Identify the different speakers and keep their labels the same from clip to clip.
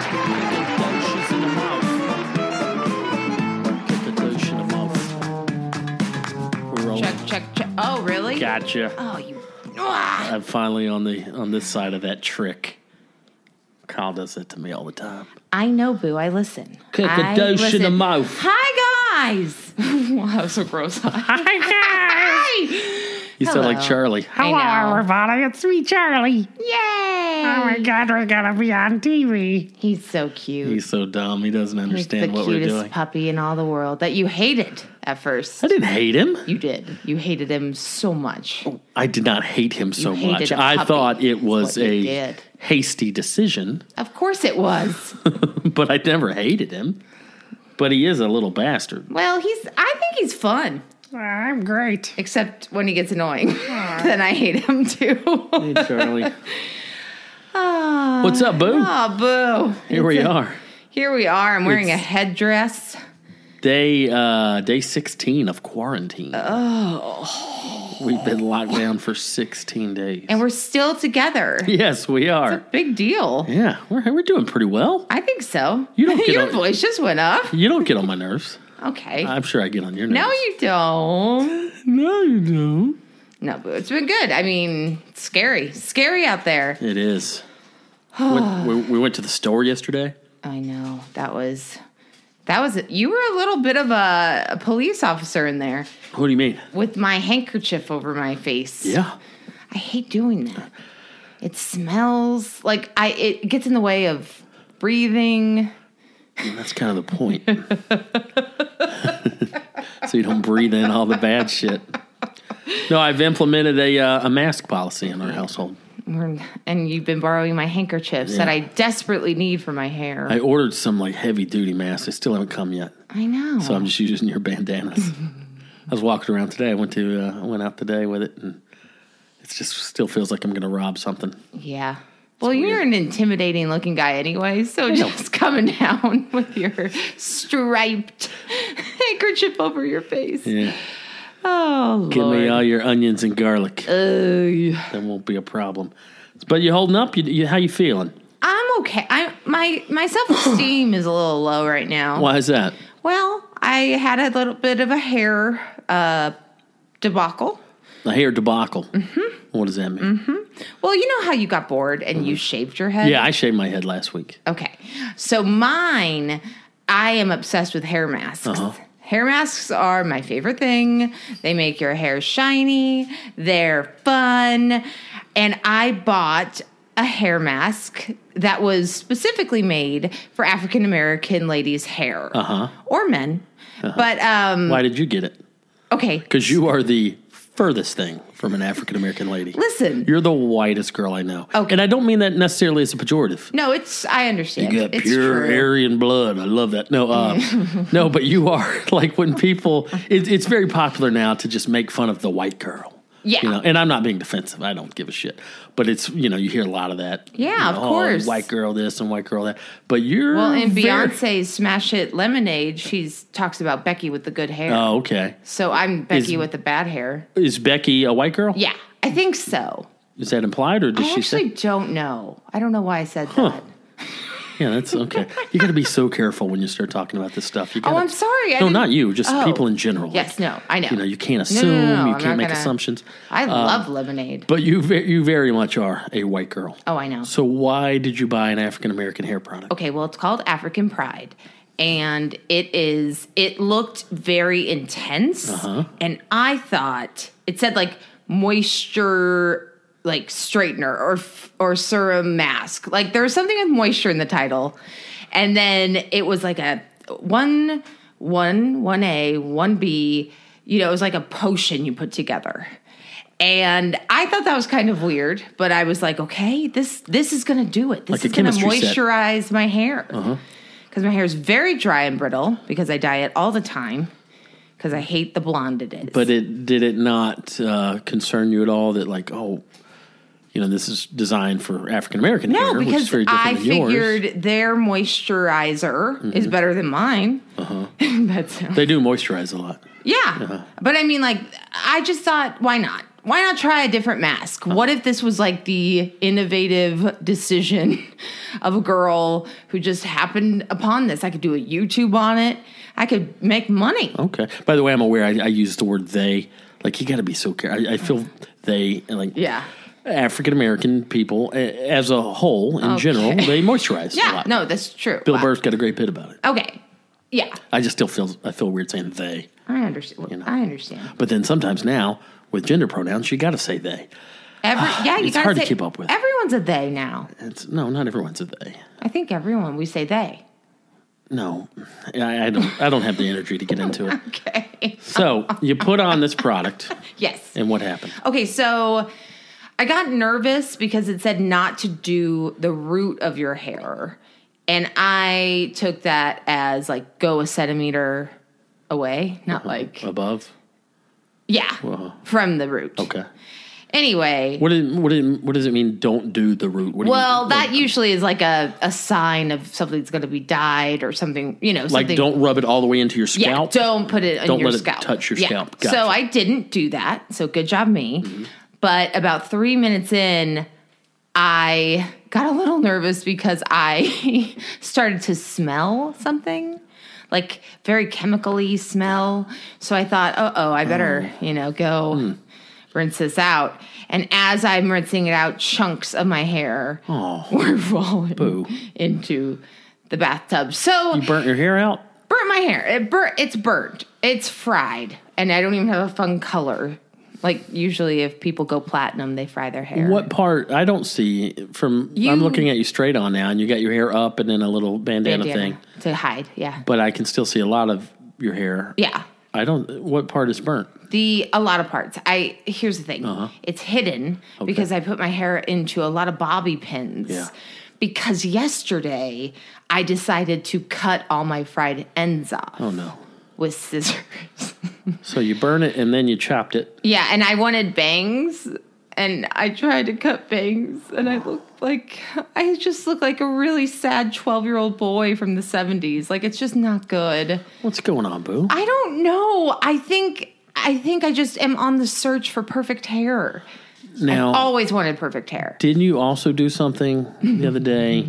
Speaker 1: Douche in the mouth. Get the douche in the mouth. We're rolling.
Speaker 2: Check, check, check. Oh, really?
Speaker 1: Gotcha.
Speaker 2: Oh, you. Ah!
Speaker 1: I'm finally on the on this side of that trick. Kyle does that to me all the time.
Speaker 2: I know, Boo. I listen.
Speaker 1: Kick a
Speaker 2: I
Speaker 1: douche in the
Speaker 2: listen.
Speaker 1: mouth.
Speaker 2: Hi, guys. wow, that was so gross. Hi, guys.
Speaker 1: You sound like
Speaker 2: Hello.
Speaker 1: Charlie.
Speaker 2: Hello,
Speaker 3: everybody. It's me, Charlie.
Speaker 2: Yay.
Speaker 3: Oh my God, we're gonna be on TV.
Speaker 2: He's so cute.
Speaker 1: He's so dumb. He doesn't
Speaker 2: He's the
Speaker 1: understand what we're
Speaker 2: cutest
Speaker 1: doing.
Speaker 2: puppy in all the world that you hated at first.
Speaker 1: I didn't hate him.
Speaker 2: You did. You hated him so much.
Speaker 1: I did not hate him so
Speaker 2: hated
Speaker 1: much.
Speaker 2: a
Speaker 1: I
Speaker 2: puppy.
Speaker 1: thought it
Speaker 2: That's
Speaker 1: was
Speaker 2: what you
Speaker 1: a
Speaker 2: did.
Speaker 1: hasty decision,
Speaker 2: Of course it was.
Speaker 1: but I never hated him. But he is a little bastard.
Speaker 2: well, he's. I think he's fun,
Speaker 3: I'm great.
Speaker 2: except when he gets annoying. then I hate him too.
Speaker 1: Hey, Charlie. What's up, boo?
Speaker 2: Oh, boo.
Speaker 1: Here we are.
Speaker 2: Here we are. I'm wearing a
Speaker 1: It's-
Speaker 2: headdress.
Speaker 1: Day uh day 16 of quarantine. Oh. We've been locked down for 16 days.
Speaker 2: And we're still together.
Speaker 1: yes, we are.
Speaker 2: Big deal.
Speaker 1: Yeah, we're we're doing pretty well.
Speaker 2: I think so.
Speaker 1: You don't get
Speaker 2: Your
Speaker 1: on-
Speaker 2: voice just went up.
Speaker 1: You don't get on my nerves.
Speaker 2: Okay.
Speaker 1: I'm sure I get on your nerves.
Speaker 2: no, you don't.
Speaker 1: No, you don't.
Speaker 2: No, but it's been good. I mean, scary. Scary out there.
Speaker 1: It is. Went- we, we went to the store yesterday.
Speaker 2: I know. That was that was you were a little bit of a, a police officer in there
Speaker 1: What do you mean?
Speaker 2: with my handkerchief over my face.
Speaker 1: Yeah.
Speaker 2: I hate doing that. It smells like I it gets in the way of breathing.
Speaker 1: That's kind of the point. so you don't breathe in all the bad shit. No, I've implemented a uh, a mask policy in our household.
Speaker 2: We're- and you've been borrowing my handkerchiefs that
Speaker 1: Yeah.
Speaker 2: I desperately need for my hair.
Speaker 1: I
Speaker 2: I,
Speaker 1: ordered some like heavy duty masks. They still haven't come yet,
Speaker 2: know.
Speaker 1: so I'm just using your bandanas. I was walking around today. I went to uh, I went out today with it, and it just still feels like I'm gonna rob something.
Speaker 2: yeah. Well, you're
Speaker 1: weird.
Speaker 2: an intimidating looking guy anyway, so just coming down with your striped handkerchief over your face.
Speaker 1: Yeah,
Speaker 2: Oh,
Speaker 1: give
Speaker 2: Lord.
Speaker 1: me all your onions and garlic.
Speaker 2: Ugh.
Speaker 1: That won't be a problem. But you holding up? You, you how you feeling?
Speaker 2: I'm okay. I my my self esteem is a little low right now.
Speaker 1: Why is that?
Speaker 2: Well, I had a little bit of a hair uh, debacle.
Speaker 1: A hair debacle.
Speaker 2: Mm-hmm.
Speaker 1: What does that mean?
Speaker 2: Well, you know how you got bored and you shaved your head.
Speaker 1: Mm-hmm. Yeah, I shaved my head last week.
Speaker 2: Okay. So mine, I am obsessed with hair masks.
Speaker 1: Uh-huh.
Speaker 2: Hair masks are my favorite thing. They make your hair shiny, they're fun. And I bought a hair mask that was specifically made for African American ladies' hair
Speaker 1: Uh-huh.
Speaker 2: or men. But um
Speaker 1: Why did you get it?
Speaker 2: okay.
Speaker 1: Because you are the furthest thing from an African American lady.
Speaker 2: Listen.
Speaker 1: You're the whitest girl I know.
Speaker 2: Okay.
Speaker 1: And I don't mean that necessarily as a pejorative.
Speaker 2: No, it's I understand.
Speaker 1: You got
Speaker 2: it's
Speaker 1: pure
Speaker 2: true.
Speaker 1: Aryan blood. I love that. No, uh, no, but you are like when people. It, it's very popular now to just make fun of the white girl.
Speaker 2: Yeah.
Speaker 1: you know, and I'm not being defensive. I don't give a shit. But it's you know you hear a lot of that.
Speaker 2: Yeah,
Speaker 1: you know,
Speaker 2: of
Speaker 1: "Oh,
Speaker 2: course.
Speaker 1: white girl this and white girl that. But you're
Speaker 2: Well, in
Speaker 1: very-
Speaker 2: Beyonce's Smash Hit Lemonade, she's talks about Becky with the good hair.
Speaker 1: Oh, okay.
Speaker 2: So I'm Becky
Speaker 1: Is-
Speaker 2: with the bad hair.
Speaker 1: Is Becky a white girl?
Speaker 2: Yeah, I think so.
Speaker 1: Is that implied or does
Speaker 2: I
Speaker 1: she
Speaker 2: actually
Speaker 1: say?
Speaker 2: don't know. I don't know why I said that.
Speaker 1: Yeah, that's okay. you got to be so careful when you start talking about this stuff. You
Speaker 2: Oh,
Speaker 1: gotta-
Speaker 2: I'm sorry. I
Speaker 1: No,
Speaker 2: didn't-
Speaker 1: not you. Just
Speaker 2: Oh.
Speaker 1: people in general.
Speaker 2: Yes,
Speaker 1: Like,
Speaker 2: no, I know.
Speaker 1: You know, you can't um,
Speaker 2: No, no,
Speaker 1: assume.
Speaker 2: no, no,
Speaker 1: you
Speaker 2: I'm
Speaker 1: can't
Speaker 2: not
Speaker 1: make
Speaker 2: gonna-
Speaker 1: assumptions.
Speaker 2: I love lemonade.
Speaker 1: But you ve- you very much are a white girl.
Speaker 2: Oh, I know.
Speaker 1: So why did you buy an African American hair product?
Speaker 2: Okay, well, it's called African Pride, and it is. It looked very intense, and I thought it said like moisture, like straightener or f- or serum mask. Like there was something with moisture in the title, and then it was like a one, one, one A, one B. You know, it was like a potion you put together. And I thought that was kind of weird, but I was like, okay, this this is going to do it.
Speaker 1: Like
Speaker 2: This
Speaker 1: a
Speaker 2: is going to
Speaker 1: chemistry set. Uh-huh.
Speaker 2: moisturize my hair. Cuz my hair is very dry and brittle because I dye it all the time cuz I hate the blonde it is.
Speaker 1: But it did it not uh, concern you at all that like oh, you know this is designed for African American
Speaker 2: no,
Speaker 1: hair, which is
Speaker 2: because
Speaker 1: very different
Speaker 2: I
Speaker 1: than yours. Mm-hmm.
Speaker 2: figured their moisturizer is better than mine.
Speaker 1: Uh-huh.
Speaker 2: That's
Speaker 1: They do moisturize a lot.
Speaker 2: Yeah.
Speaker 1: Uh-huh.
Speaker 2: But I mean, like, I just thought, why not? Why not try a different mask?
Speaker 1: Uh-huh.
Speaker 2: What if this was like the innovative decision of a girl who just happened upon this? I could do a YouTube on it. I could make money.
Speaker 1: Okay. By the way, I'm aware I, I use the word they. Like you got to be so careful. I, I feel they and like
Speaker 2: Yeah.
Speaker 1: African American people a- as a whole in general
Speaker 2: Okay.
Speaker 1: they moisturize a
Speaker 2: Yeah,
Speaker 1: lot.
Speaker 2: no, that's true.
Speaker 1: Bill
Speaker 2: Wow.
Speaker 1: Burr's got a great bit about it.
Speaker 2: Okay. Yeah,
Speaker 1: I just still feel I feel weird saying they.
Speaker 2: I understand. I understand.
Speaker 1: But then sometimes now with gender pronouns you got to say they.
Speaker 2: Every yeah, you
Speaker 1: It's
Speaker 2: gotta
Speaker 1: hard to
Speaker 2: say-
Speaker 1: keep up with.
Speaker 2: Everyone's a they now.
Speaker 1: It's no, not everyone's a they.
Speaker 2: I think everyone we say they.
Speaker 1: No, I, I don't. I don't have the energy to get into it.
Speaker 2: Okay.
Speaker 1: So you put on this product,
Speaker 2: Yes.
Speaker 1: and what happened?
Speaker 2: Okay, so I got nervous because it said not to do the root of your hair. And I took that as like go a centimeter away,
Speaker 1: Uh-huh.
Speaker 2: not like
Speaker 1: Above. Uh,
Speaker 2: yeah, from the root.
Speaker 1: Okay.
Speaker 2: Anyway,
Speaker 1: What did, what did, what does it mean? Don't do the root. What do you-
Speaker 2: well,
Speaker 1: what-
Speaker 2: that usually is like a, a sign of something's going to be dyed or something, you know,
Speaker 1: like
Speaker 2: something
Speaker 1: don't rub it all the way into your
Speaker 2: Yeah,
Speaker 1: scalp.
Speaker 2: don't put it on
Speaker 1: Don't
Speaker 2: your
Speaker 1: let it
Speaker 2: scalp.
Speaker 1: touch your
Speaker 2: Yeah.
Speaker 1: scalp. Gotcha. Mm-hmm.
Speaker 2: So I didn't do that. So good job me. But about three minutes in, I got a little nervous because I started to smell something. Like very chemically smell. So I thought, uh oh, I better, you know, go
Speaker 1: Hmm.
Speaker 2: rinse this out. And as I'm rinsing it out, chunks of my hair were falling into the bathtub. So
Speaker 1: You burnt your hair out.
Speaker 2: burnt my hair. It bur- it's burnt. It's fried. And I don't even have a fun color. Like usually if people go platinum, they fry their hair.
Speaker 1: What part? I don't see from.
Speaker 2: You-
Speaker 1: I'm looking at you straight on now, and you got your hair up and then a little bandana,
Speaker 2: Bandana
Speaker 1: thing.
Speaker 2: To hide, yeah.
Speaker 1: But I can still see a lot of your hair.
Speaker 2: yeah.
Speaker 1: I don't. What part is burnt?
Speaker 2: The a lot of parts. I here's the thing.
Speaker 1: Uh-huh.
Speaker 2: It's hidden because I put my hair into a lot of bobby pins.
Speaker 1: Yeah.
Speaker 2: Because yesterday I decided to cut all my fried ends off
Speaker 1: Oh no.
Speaker 2: with scissors.
Speaker 1: So you burn it and then you chopped it.
Speaker 2: yeah, and I wanted bangs and I tried to cut bangs and I looked like I just look like a really sad 12-year-old boy from the 70s. Like it's just not good.
Speaker 1: What's going on, Boo?
Speaker 2: I don't know. I think I think I just am on the search for perfect hair.
Speaker 1: now,
Speaker 2: Always wanted perfect hair.
Speaker 1: Didn't you also do something the other day?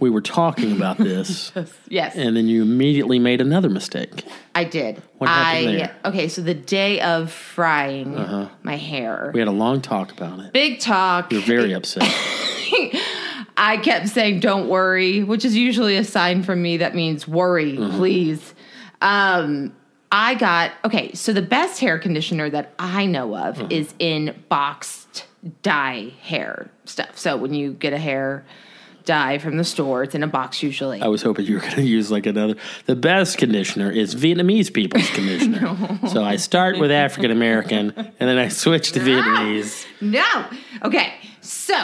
Speaker 1: we were talking about this,
Speaker 2: Yes,
Speaker 1: and then you immediately made another mistake.
Speaker 2: I did.
Speaker 1: What happened
Speaker 2: I
Speaker 1: there? Uh-huh.
Speaker 2: okay, so the day of frying my hair.
Speaker 1: We had a long talk about it.
Speaker 2: Big talk.
Speaker 1: You're very upset.
Speaker 2: I kept saying, don't worry, which is usually a sign from me that means worry, please. Um, I got, okay, so the best hair conditioner that I know of is in boxed dye hair stuff. So when you get a hair dye from the store, it's in a box usually.
Speaker 1: I was hoping you were going to use like another. The best conditioner is Vietnamese people's conditioner. So I start with African American, and then I switch to Vietnamese.
Speaker 2: No. Okay. So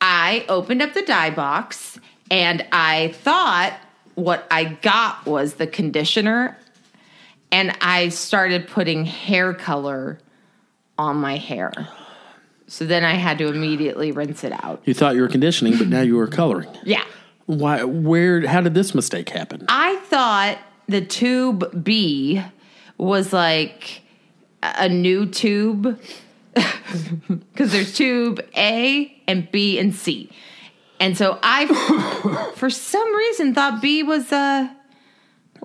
Speaker 2: I opened up the dye box and I thought what I got was the conditioner. And I started putting hair color on my hair. So then I had to immediately rinse it out.
Speaker 1: You thought you were conditioning, but now you were coloring.
Speaker 2: Yeah.
Speaker 1: Why? Where? How did this mistake happen?
Speaker 2: I thought the tube B was like a a new tube because there's tube A and B and C. And so I, for some reason, thought B was a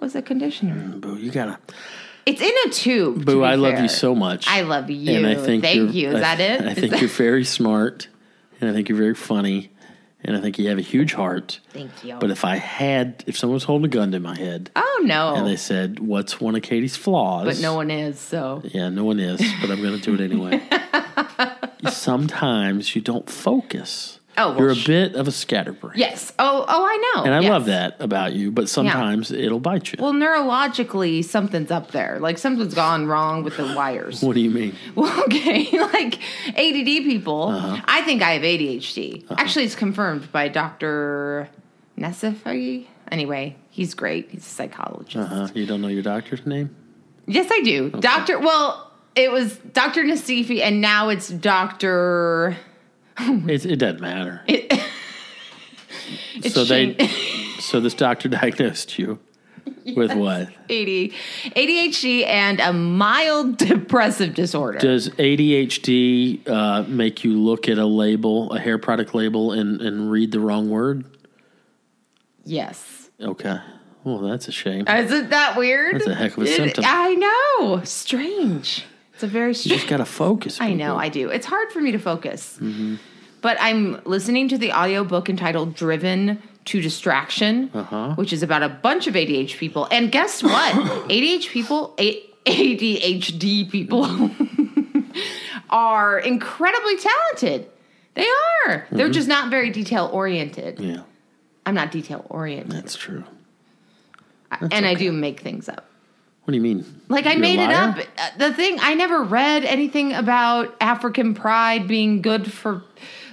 Speaker 2: was a conditioner.
Speaker 1: Boo, you gotta.
Speaker 2: It's in a tube. to
Speaker 1: Boo,
Speaker 2: be
Speaker 1: I love
Speaker 2: fair.
Speaker 1: you so much.
Speaker 2: I love you.
Speaker 1: and I think
Speaker 2: Thank you.
Speaker 1: you're-
Speaker 2: Is
Speaker 1: I-
Speaker 2: that it?
Speaker 1: I
Speaker 2: Is
Speaker 1: think
Speaker 2: that-
Speaker 1: you're very smart, and I think you're very funny, and I think you have a huge heart.
Speaker 2: Thank you.
Speaker 1: But if I had, if someone was holding a gun to my head
Speaker 2: oh no,
Speaker 1: and they said, "What's one of Katie's flaws?"
Speaker 2: but no one is. So
Speaker 1: Yeah, no one is, but I'm going to do it anyway. Sometimes you don't focus.
Speaker 2: Oh, well,
Speaker 1: You're a
Speaker 2: sh-
Speaker 1: bit of a scatterbrain.
Speaker 2: Yes. Oh, oh, I know.
Speaker 1: And I
Speaker 2: Yes.
Speaker 1: love that about you, but sometimes it'll bite you.
Speaker 2: Well, neurologically, something's up there. Like something's gone wrong with the wires.
Speaker 1: what do you mean?
Speaker 2: Well, okay, like ADD people, I think I have ADHD. Actually, it's confirmed by Dr. Nessifi. Anyway, he's great. He's a psychologist.
Speaker 1: Uh, you don't know your doctor's name?
Speaker 2: Yes, I do. Dr. Well, it was Dr. Nessifi, and now it's Dr.
Speaker 1: It, it doesn't matter.
Speaker 2: It's
Speaker 1: so they,
Speaker 2: Shin-
Speaker 1: so this doctor diagnosed you with what?
Speaker 2: AD, ADHD and a mild depressive disorder.
Speaker 1: Does ADHD uh, make you look at a label, a hair product label, and, and read the wrong word?
Speaker 2: yes.
Speaker 1: Okay. Well, that's a shame.
Speaker 2: Isn't that weird?
Speaker 1: That's a heck of a
Speaker 2: It-
Speaker 1: symptom.
Speaker 2: I know. Strange. It's a very
Speaker 1: you
Speaker 2: strange.
Speaker 1: just gotta focus.
Speaker 2: I
Speaker 1: people.
Speaker 2: know, I do. It's hard for me to focus.
Speaker 1: Mm-hmm.
Speaker 2: But I'm listening to the audiobook entitled Driven to Distraction,
Speaker 1: Uh-huh.
Speaker 2: which is about a bunch of ADHD people. And guess what? ADHD people, A- ADHD people are incredibly talented. They are. They're just not very detail oriented.
Speaker 1: Mm-hmm. Yeah,
Speaker 2: I'm not detail oriented.
Speaker 1: that's true.
Speaker 2: And I do make things up.
Speaker 1: What do you mean?
Speaker 2: Like I
Speaker 1: You're a
Speaker 2: made it
Speaker 1: liar?
Speaker 2: up. Uh, The thing I never read anything about African pride being good for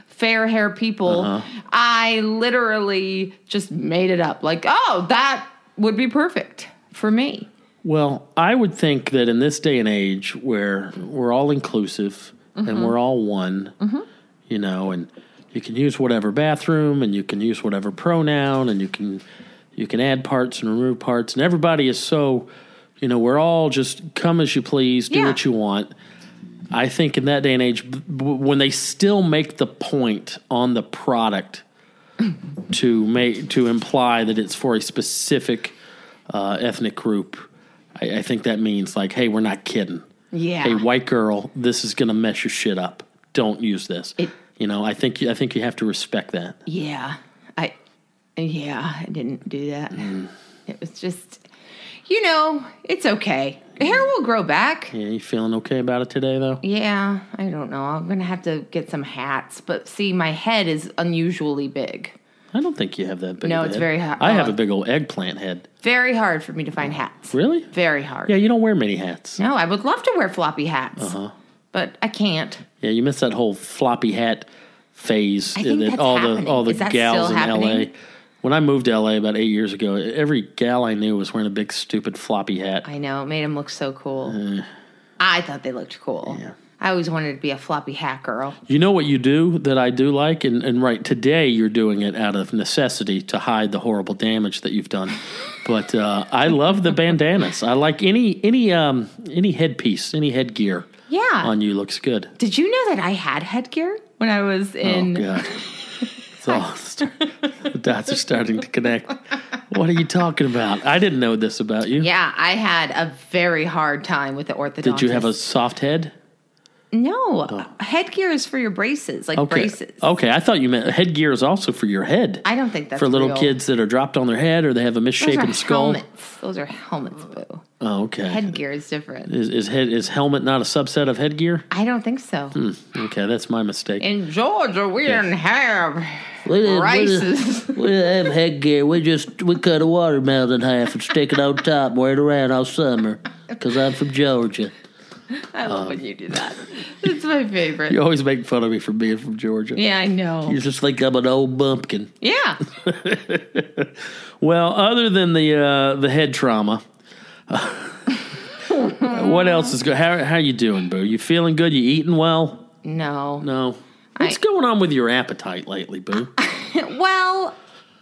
Speaker 2: fair hair people.
Speaker 1: Uh-huh.
Speaker 2: I literally just made it up. Like, oh, that would be perfect for me.
Speaker 1: Well, I would think that in this day and age where we're all inclusive and we're all one, you know, and you can use whatever bathroom and you can use whatever pronoun and you can you can add parts and remove parts and everybody is so, you know, we're all just come as you please, do
Speaker 2: Yeah.
Speaker 1: what you want. I think in that day and age b- b- when they still make the point on the product to make to imply that it's for a specific uh, ethnic group. I, I think that means like, hey, we're not kidding.
Speaker 2: Yeah.
Speaker 1: Hey, white girl, this is gonna mess your shit up. Don't use this.
Speaker 2: It-
Speaker 1: you know, I think you, I think you have to respect that.
Speaker 2: Yeah. I yeah, I didn't do that.
Speaker 1: Mm.
Speaker 2: It was just you know, it's okay. Hair will grow back.
Speaker 1: Yeah, you feeling okay about it today though?
Speaker 2: Yeah, I don't know. I'm going to have to get some hats, but see my head is unusually big.
Speaker 1: I don't think you have that big.
Speaker 2: No,
Speaker 1: of a
Speaker 2: it's
Speaker 1: head.
Speaker 2: very hot-
Speaker 1: I have
Speaker 2: uh,
Speaker 1: a big old eggplant head.
Speaker 2: Very hard for me to find hats.
Speaker 1: Really?
Speaker 2: Very hard.
Speaker 1: Yeah, Uh-huh. you don't wear many hats.
Speaker 2: No, I would love to wear floppy hats, but I can't.
Speaker 1: Yeah, you missed that whole floppy hat phase.
Speaker 2: I think
Speaker 1: that
Speaker 2: that's
Speaker 1: all
Speaker 2: happening.
Speaker 1: the all the
Speaker 2: Is that
Speaker 1: gals in
Speaker 2: still happening?
Speaker 1: LA. When I moved to LA about eight years ago, every gal I knew was wearing a big stupid floppy hat.
Speaker 2: I know it made them look so cool. I thought they looked cool.
Speaker 1: Uh. Yeah.
Speaker 2: I always wanted to be a floppy hat girl.
Speaker 1: You know what you do that I do like, and, and right today you're doing it out of necessity to hide the horrible damage that you've done. but uh, I love the bandanas. I like any any um any headpiece, any headgear.
Speaker 2: Yeah.
Speaker 1: on you looks good.
Speaker 2: Did you know that I had headgear when I was in?
Speaker 1: Oh god, it's all st- the dots are starting to connect. What are you talking about? I didn't know this about you.
Speaker 2: Yeah, I had a very hard time with the orthodontist.
Speaker 1: Did you have a soft head?
Speaker 2: no? Headgear is for your braces, like
Speaker 1: Okay.
Speaker 2: braces.
Speaker 1: Okay, I thought you meant headgear is also for your head.
Speaker 2: I don't think that's
Speaker 1: for little
Speaker 2: real.
Speaker 1: kids that are dropped on their head or they have a
Speaker 2: Those
Speaker 1: misshapen
Speaker 2: are
Speaker 1: skull.
Speaker 2: helmets. Those are helmets, boo.
Speaker 1: Oh, okay.
Speaker 2: Headgear is different.
Speaker 1: Is is head is helmet not a subset of headgear?
Speaker 2: I don't think so.
Speaker 1: Hmm. Okay, that's my mistake.
Speaker 2: In Georgia, we didn't have
Speaker 1: we didn't- we didn't-
Speaker 2: braces.
Speaker 1: we didn't have headgear. We just we cut a watermelon in half and stick it on top and wear it around all summer. Cause I'm from Georgia.
Speaker 2: I
Speaker 1: Um,
Speaker 2: love when you do that. It's my favorite.
Speaker 1: You always make fun of me for being from Georgia.
Speaker 2: yeah, I know.
Speaker 1: You just think I'm an old bumpkin.
Speaker 2: Yeah.
Speaker 1: Well, other than the uh, the head trauma, what else is good? How how you doing, Boo? You feeling good? You eating well?
Speaker 2: No.
Speaker 1: No. What's
Speaker 2: I-
Speaker 1: going on with your appetite lately, Boo?
Speaker 2: Well,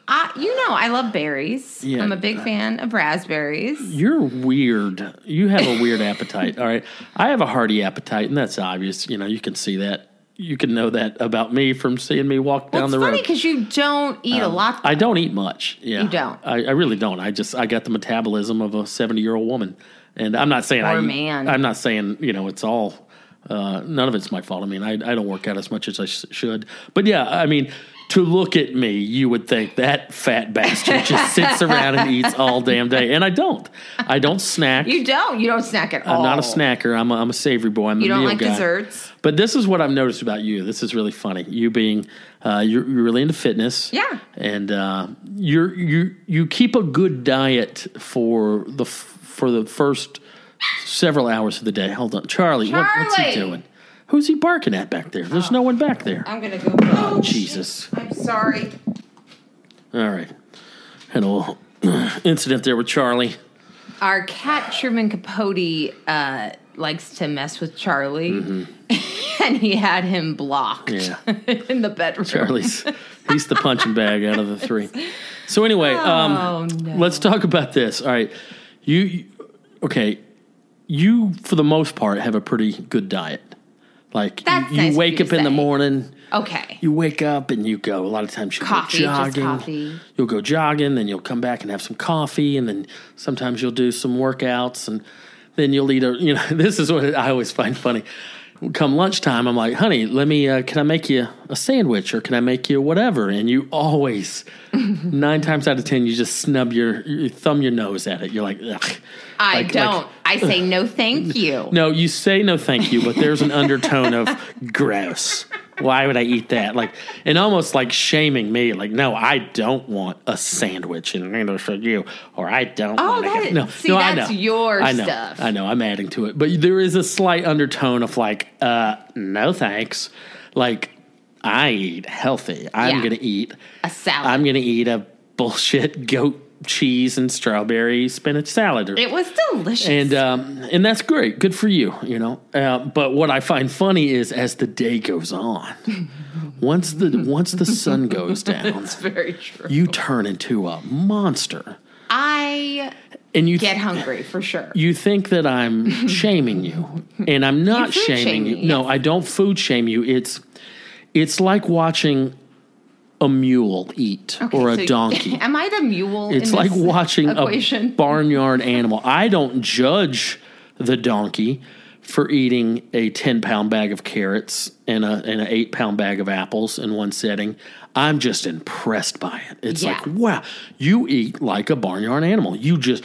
Speaker 2: I, you know, I love berries.
Speaker 1: Yeah.
Speaker 2: I'm a big fan of raspberries.
Speaker 1: You're weird. You have a weird appetite. All right. I have a hearty appetite, and that's obvious. You know, you can see that. You can know that about me from seeing me walk
Speaker 2: Well,
Speaker 1: down
Speaker 2: it's
Speaker 1: the
Speaker 2: funny
Speaker 1: road. Um,
Speaker 2: because you don't eat a lot.
Speaker 1: I don't eat much. Yeah.
Speaker 2: You don't.
Speaker 1: I, I really don't. I just I got the metabolism of a seventy year old woman, and I'm not saying I.
Speaker 2: Or
Speaker 1: eat-
Speaker 2: man.
Speaker 1: I'm not saying you know it's all. Uh, none of it's my fault. I mean, I, I don't work out as much as I sh- should, but yeah, I mean, to look at me, you would think that fat bastard just sits around and eats all damn day. And I don't. I don't snack.
Speaker 2: You don't. You don't snack at all.
Speaker 1: I'm not a snacker. I'm a, I'm a savory boy. I'm
Speaker 2: Oh. You
Speaker 1: a
Speaker 2: don't
Speaker 1: meal
Speaker 2: like
Speaker 1: guy.
Speaker 2: desserts?
Speaker 1: But this is what I've noticed about you. This is really funny. You being uh, you're, you're really into fitness.
Speaker 2: Yeah.
Speaker 1: And uh, you're you you keep a good diet for the f- for the first several hours of the day. Hold on, Charlie. What, what's he
Speaker 2: Charlie!
Speaker 1: doing? Who's he barking at back there? There's no one back there.
Speaker 2: I'm gonna go. Oh,
Speaker 1: Jesus.
Speaker 2: shoot. I'm sorry.
Speaker 1: All right. Had a little incident there with Charlie.
Speaker 2: Our cat Truman Capote uh, likes to mess with Charlie, and he had him blocked
Speaker 1: Mm-hmm. Yeah.
Speaker 2: in the bedroom.
Speaker 1: Charlie's he's the punching bag out of the three. So anyway, um,
Speaker 2: Oh no.
Speaker 1: Let's talk about this. All right. You, you- okay, you for the most part have a pretty good diet. Like you-
Speaker 2: That's
Speaker 1: you,
Speaker 2: nice of
Speaker 1: wake
Speaker 2: you
Speaker 1: up
Speaker 2: to
Speaker 1: in the
Speaker 2: say.
Speaker 1: morning,
Speaker 2: okay.
Speaker 1: you wake up and you go. A lot of times you
Speaker 2: Coffee,
Speaker 1: go
Speaker 2: just
Speaker 1: jogging.
Speaker 2: coffee.
Speaker 1: You'll go jogging, then you'll come back and have some coffee, and then sometimes you'll do some workouts, and then you'll eat a. You know, this is what I always find funny. Come lunchtime, I'm like, honey, let me. Uh, can I make you a sandwich, or can I make you whatever? And you always, nine times out of ten, you just snub your, you thumb your nose at it. You're like, Ugh.
Speaker 2: I
Speaker 1: Like- like-
Speaker 2: don't. I say no, thank you.
Speaker 1: No, you say no thank you, but there's an undertone of gross. Why would I eat that? Like, and almost like shaming me. Like, no, I don't want a sandwich, and neither should you. Or I don't.
Speaker 2: Oh,
Speaker 1: want
Speaker 2: that
Speaker 1: to
Speaker 2: is-
Speaker 1: no,
Speaker 2: see,
Speaker 1: no,
Speaker 2: that's
Speaker 1: I know.
Speaker 2: your
Speaker 1: I know,
Speaker 2: stuff.
Speaker 1: I know. I'm adding to it, but there is a slight undertone of like, uh, no thanks. Like, I eat healthy. I'm
Speaker 2: Yeah.
Speaker 1: gonna eat
Speaker 2: A salad.
Speaker 1: I'm gonna eat a bullshit goat cheese and strawberry spinach salad. Or
Speaker 2: it was delicious.
Speaker 1: and um, and that's great, good for you, you know. Uh, but what I find funny is as the day goes on, once the once the sun goes down,
Speaker 2: Very true.
Speaker 1: you turn into a monster,
Speaker 2: I
Speaker 1: and you
Speaker 2: get hungry for sure.
Speaker 1: you think that I'm shaming you, and I'm not
Speaker 2: You food
Speaker 1: shaming
Speaker 2: shame
Speaker 1: you.
Speaker 2: me,
Speaker 1: No, I don't food shame you. It's it's like watching a mule eat
Speaker 2: Okay,
Speaker 1: or a
Speaker 2: so-
Speaker 1: donkey.
Speaker 2: Am I the mule? in
Speaker 1: It's like
Speaker 2: this
Speaker 1: watching a
Speaker 2: equation.
Speaker 1: barnyard animal. I don't judge the donkey for eating a ten pound bag of carrots and a and an eight pound bag of apples in one setting. I'm just impressed by it. It's
Speaker 2: Yeah.
Speaker 1: like wow, you eat like a barnyard animal. You just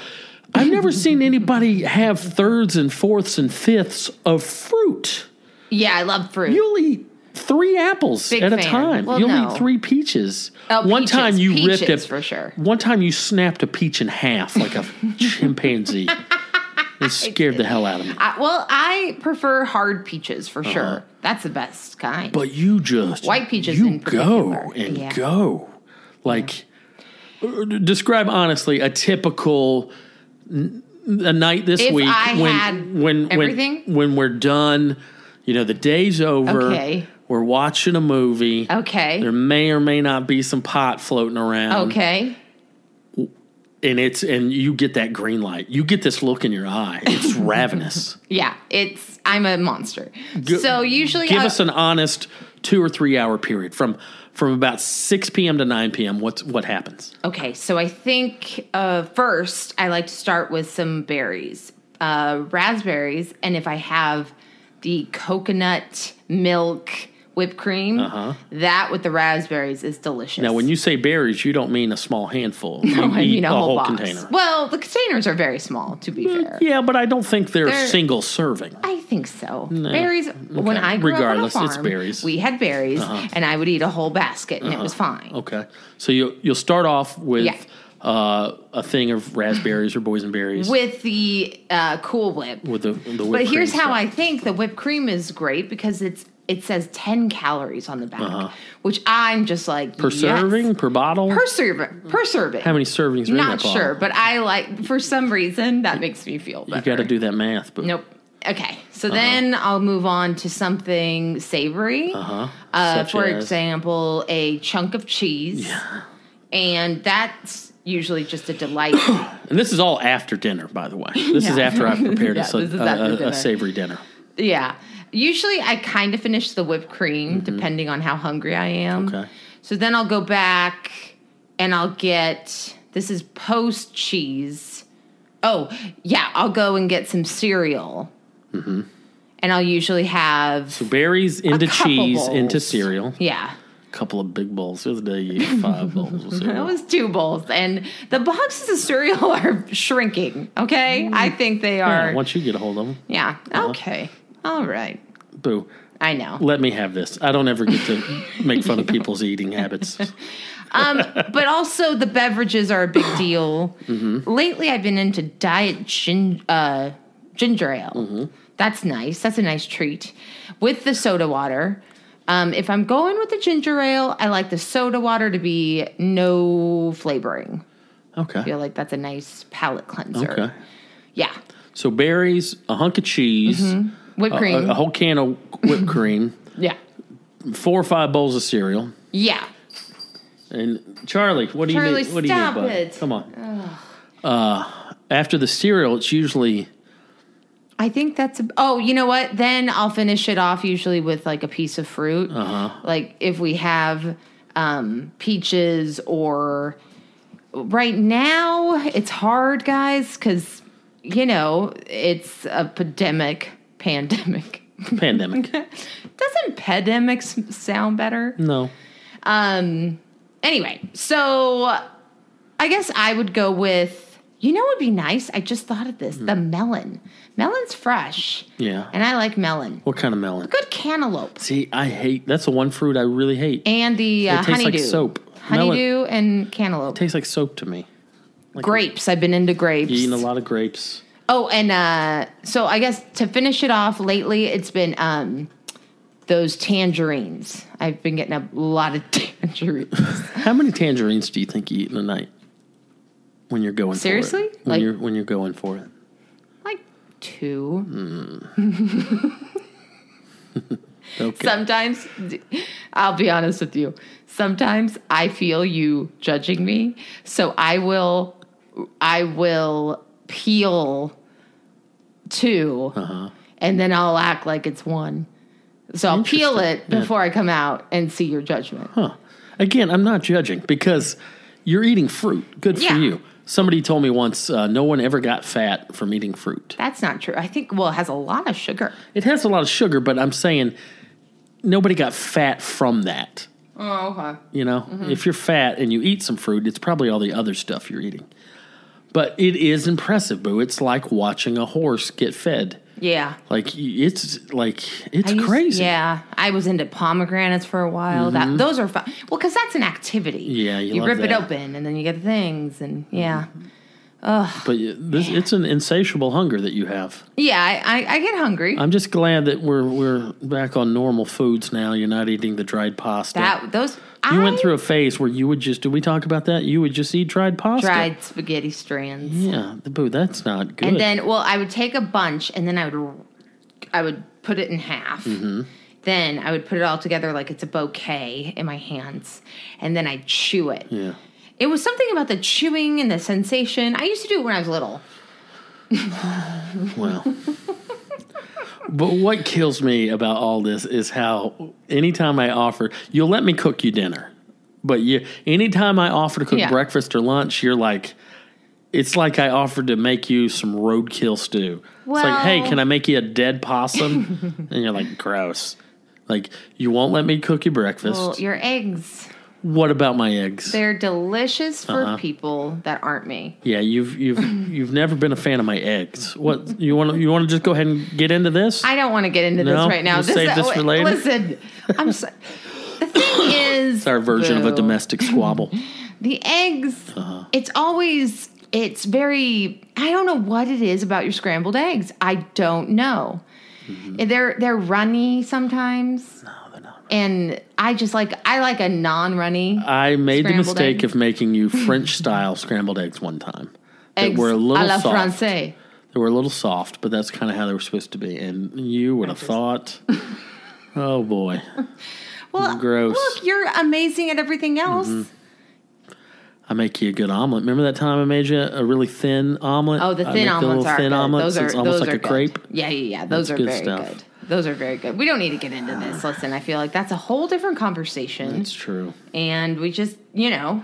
Speaker 1: I've never seen anybody have thirds and fourths and fifths of fruit.
Speaker 2: yeah, I love fruit.
Speaker 1: You'll eat three apples
Speaker 2: Big
Speaker 1: at a
Speaker 2: fan.
Speaker 1: time.
Speaker 2: Well,
Speaker 1: You'll
Speaker 2: no.
Speaker 1: eat three peaches.
Speaker 2: Oh,
Speaker 1: one
Speaker 2: peaches.
Speaker 1: time you ripped
Speaker 2: Peaches,
Speaker 1: it
Speaker 2: for sure.
Speaker 1: One time you snapped a peach in half like a chimpanzee. It scared the hell out of me.
Speaker 2: I, well, I prefer hard peaches for sure. That's the best kind.
Speaker 1: Uh-huh. But you just
Speaker 2: White peaches
Speaker 1: You
Speaker 2: in
Speaker 1: go
Speaker 2: particular.
Speaker 1: and
Speaker 2: Yeah.
Speaker 1: go like. uh, d- Describe honestly a typical n- a night this
Speaker 2: If
Speaker 1: week
Speaker 2: I
Speaker 1: when
Speaker 2: had
Speaker 1: when
Speaker 2: everything?
Speaker 1: when when we're done, you know the day's over.
Speaker 2: Okay.
Speaker 1: We're watching a movie.
Speaker 2: okay,
Speaker 1: There may or may not be some pot floating around.
Speaker 2: okay.
Speaker 1: And it's and you get that green light. You get this look in your eye. It's ravenous.
Speaker 2: Yeah, it's I'm a monster.
Speaker 1: G-
Speaker 2: so usually,
Speaker 1: Give
Speaker 2: I-
Speaker 1: us an honest two or three hour period from from about six p.m. to nine p.m. What's what happens?
Speaker 2: okay. So I think uh, first I like to start with some berries, uh, raspberries, and if I have the coconut milk whipped cream, that with the raspberries is delicious.
Speaker 1: Uh-huh. Now, when you say berries, you don't mean a small handful. No, you
Speaker 2: I
Speaker 1: eat
Speaker 2: mean a, whole, box.
Speaker 1: container. Mm,
Speaker 2: Well, the containers are very small, to be fair.
Speaker 1: Yeah, but I don't think they're,
Speaker 2: They're-
Speaker 1: single serving.
Speaker 2: I think so. Berries. When
Speaker 1: Okay.
Speaker 2: I grew
Speaker 1: Regardless,
Speaker 2: up on a
Speaker 1: it's
Speaker 2: farm,
Speaker 1: berries. Uh-huh.
Speaker 2: we had berries, and I would eat a whole basket, and it was fine.
Speaker 1: Okay, so you you'll start off with
Speaker 2: Yeah.
Speaker 1: uh, a thing of raspberries or boysenberries
Speaker 2: With the uh, Cool Whip,
Speaker 1: with the, the whipped
Speaker 2: but here's
Speaker 1: cream stuff.
Speaker 2: how I think the whipped cream is great because it's it says ten calories on the back, which I'm just like
Speaker 1: Uh-huh. per serving per bottle
Speaker 2: per serving per serving.
Speaker 1: How many servings are in
Speaker 2: Not
Speaker 1: that bottle?
Speaker 2: sure, but I like for some reason that makes me feel better.
Speaker 1: You got to do Uh-huh. that math, but
Speaker 2: Nope. Okay. So then I'll move on to something savory. Uh-huh.
Speaker 1: uh, Such
Speaker 2: for
Speaker 1: as?
Speaker 2: example, a chunk of cheese. And that's usually just a delight.
Speaker 1: and this is all after dinner, by the way. This is
Speaker 2: Yeah.
Speaker 1: after I've prepared
Speaker 2: Yeah,
Speaker 1: us a,
Speaker 2: this is
Speaker 1: a-
Speaker 2: after
Speaker 1: a- a
Speaker 2: dinner.
Speaker 1: savory dinner.
Speaker 2: yeah. Usually I kind of finish the whipped cream depending on how hungry I am.
Speaker 1: Mm-hmm. Okay.
Speaker 2: So then I'll go back and I'll get this is post cheese. Oh, yeah, I'll go and get some cereal.
Speaker 1: Mm-hmm.
Speaker 2: And I'll usually have
Speaker 1: Berries into
Speaker 2: couple
Speaker 1: cheese
Speaker 2: bowls.
Speaker 1: into cereal,
Speaker 2: yeah.
Speaker 1: couple of big bowls. The other day, you ate five bowls. of
Speaker 2: That
Speaker 1: cereal.
Speaker 2: was two bowls, and the boxes of cereal are shrinking. Okay, I think they
Speaker 1: Mm. Yeah, Uh-huh.
Speaker 2: are.
Speaker 1: once you get a hold of them,
Speaker 2: Yeah. Okay. All right.
Speaker 1: boo.
Speaker 2: I know.
Speaker 1: Let me have this. I don't ever get to make fun of people's eating habits.
Speaker 2: But also, the beverages are a big deal. Lately, I've been into diet gin, uh, ginger ale. That's nice. That's a nice treat with the soda water. Um, if I'm going with the ginger ale, I like the soda water to be no flavoring. I
Speaker 1: Okay.
Speaker 2: feel like that's a nice palate cleanser.
Speaker 1: Okay.
Speaker 2: Yeah.
Speaker 1: So berries, a hunk of cheese,
Speaker 2: Whipped
Speaker 1: a-
Speaker 2: Mm-hmm. cream.
Speaker 1: A, a whole can of whipped cream,
Speaker 2: yeah.
Speaker 1: four or five bowls of cereal.
Speaker 2: Yeah.
Speaker 1: And Charlie, what do you
Speaker 2: Charlie,
Speaker 1: need? What do you need,
Speaker 2: stop
Speaker 1: bud?
Speaker 2: it.
Speaker 1: Come on. Uh, after the cereal, it's usually
Speaker 2: I think that's. A, oh, you know what? Then I'll finish it off usually with like a piece of fruit. Like if we have um, peaches or. Right now, it's hard, guys, because, you know, it's a pandemic. Pandemic.
Speaker 1: pandemic.
Speaker 2: Doesn't pandemics sound better?
Speaker 1: no.
Speaker 2: Um. Anyway, so I guess I would go with you know what would be nice. I just thought of this: the melon. Melon's fresh.
Speaker 1: Yeah.
Speaker 2: and I like melon.
Speaker 1: What kind of melon?
Speaker 2: Good cantaloupe
Speaker 1: See, I hate. That's the one fruit I really hate.
Speaker 2: and the uh,
Speaker 1: it tastes
Speaker 2: honeydew.
Speaker 1: like soap. Melon
Speaker 2: Honeydew and cantaloupe.
Speaker 1: tastes like soap to me.
Speaker 2: grapes. I've been into grapes.
Speaker 1: Eating a lot of grapes.
Speaker 2: Oh, and uh, so I guess to finish it off, lately it's been um, those tangerines. I've been getting a lot of tangerines.
Speaker 1: How many tangerines do you think you eat in a night? When you're going for
Speaker 2: Seriously?
Speaker 1: it. when
Speaker 2: Like-
Speaker 1: you're when you're going for it.
Speaker 2: like two.
Speaker 1: Okay.
Speaker 2: Sometimes, I'll be honest with you, sometimes I feel you judging me. So I will, I will peel 2
Speaker 1: Uh-huh.
Speaker 2: and then I'll act like it's one. So I'll peel
Speaker 1: Interesting.
Speaker 2: it
Speaker 1: Yeah.
Speaker 2: before I come out and see your judgment.
Speaker 1: Huh. Again, I'm not judging because you're eating fruit. Good
Speaker 2: Yeah.
Speaker 1: for you. Somebody told me once uh, no one ever got fat from eating fruit.
Speaker 2: That's not true. I think, well, it has a lot of sugar.
Speaker 1: It has a lot of sugar, but I'm saying nobody got fat from that.
Speaker 2: Oh, okay.
Speaker 1: You know, if you're fat and you eat some fruit, it's probably all the other stuff you're eating. But it is impressive, boo. It's like watching a horse get fed.
Speaker 2: Yeah.
Speaker 1: Like y- it's like it's
Speaker 2: I used-
Speaker 1: crazy. Mm-hmm.
Speaker 2: Yeah, I was into pomegranates for a while. That those are fun. Well, because that's an activity.
Speaker 1: Yeah, you
Speaker 2: you
Speaker 1: love
Speaker 2: rip it
Speaker 1: that.
Speaker 2: open and then you get the things, and yeah,
Speaker 1: But y- this, it's an insatiable hunger that you have.
Speaker 2: yeah. I, I, I get hungry.
Speaker 1: I'm just glad that we're we're back on normal foods now. You're not eating the dried pasta.
Speaker 2: that those
Speaker 1: you
Speaker 2: I
Speaker 1: went through a phase where you would just. Did we talk about that? You would just eat dried pasta.
Speaker 2: dried spaghetti strands,
Speaker 1: Yeah, the boo. That's not good.
Speaker 2: and then well, I would take a bunch and then I would I would put it in half.
Speaker 1: Mm-hmm.
Speaker 2: Then I would put it all together like it's a bouquet in my hands, and then I chew it.
Speaker 1: yeah.
Speaker 2: It was something about the chewing and the sensation. I used to do it when I was little.
Speaker 1: Well. but what kills me about all this is how anytime I offer, you'll let me cook you dinner, but you anytime I offer to cook
Speaker 2: Yeah.
Speaker 1: breakfast or lunch, you're like. It's like I offered to make you some roadkill stew. it's like, hey,
Speaker 2: Well-
Speaker 1: can I make you a dead possum? and you're like, gross. Like, you won't let me cook you breakfast.
Speaker 2: Well, your eggs.
Speaker 1: what about my eggs?
Speaker 2: They're delicious for
Speaker 1: Uh-huh.
Speaker 2: people that aren't me.
Speaker 1: Yeah, you've you've you've never been a fan of my eggs. What you want to you want to just go ahead and get into this?
Speaker 2: I don't want to get into
Speaker 1: No?
Speaker 2: this right now.
Speaker 1: We'll save this for later?
Speaker 2: Listen, I'm so, the thing is
Speaker 1: It's our version of a
Speaker 2: Boo.
Speaker 1: domestic squabble.
Speaker 2: The eggs.
Speaker 1: Uh-huh.
Speaker 2: It's always it's very. I don't know what it is about your scrambled eggs. I don't know.
Speaker 1: Mm-hmm.
Speaker 2: They're they're runny sometimes. No, they're not. And I just like I like a non-runny.
Speaker 1: I made the
Speaker 2: Scrambled
Speaker 1: mistake
Speaker 2: eggs.
Speaker 1: of making you French style scrambled eggs one time. They
Speaker 2: eggs
Speaker 1: were a
Speaker 2: a
Speaker 1: little
Speaker 2: la
Speaker 1: soft.
Speaker 2: Francais.
Speaker 1: They were a little soft, but that's kind of how they were supposed to be. And you would have thought, oh boy,
Speaker 2: Well,
Speaker 1: Gross. Mm-hmm.
Speaker 2: Look, you're amazing at everything else.
Speaker 1: I make you a good omelet. Remember that time I made you a really thin omelet?
Speaker 2: Oh, the
Speaker 1: I
Speaker 2: thin
Speaker 1: make
Speaker 2: omelets
Speaker 1: Uh, little
Speaker 2: are
Speaker 1: thin
Speaker 2: good.
Speaker 1: omelets.
Speaker 2: Those are
Speaker 1: it's almost
Speaker 2: those
Speaker 1: like
Speaker 2: are
Speaker 1: a
Speaker 2: good.
Speaker 1: crepe.
Speaker 2: Yeah, yeah, yeah. Those are
Speaker 1: good
Speaker 2: very
Speaker 1: stuff.
Speaker 2: good. Those are very good. We don't need to get into this. Listen, I feel like that's a whole different conversation,
Speaker 1: It's true.
Speaker 2: and we just, you know,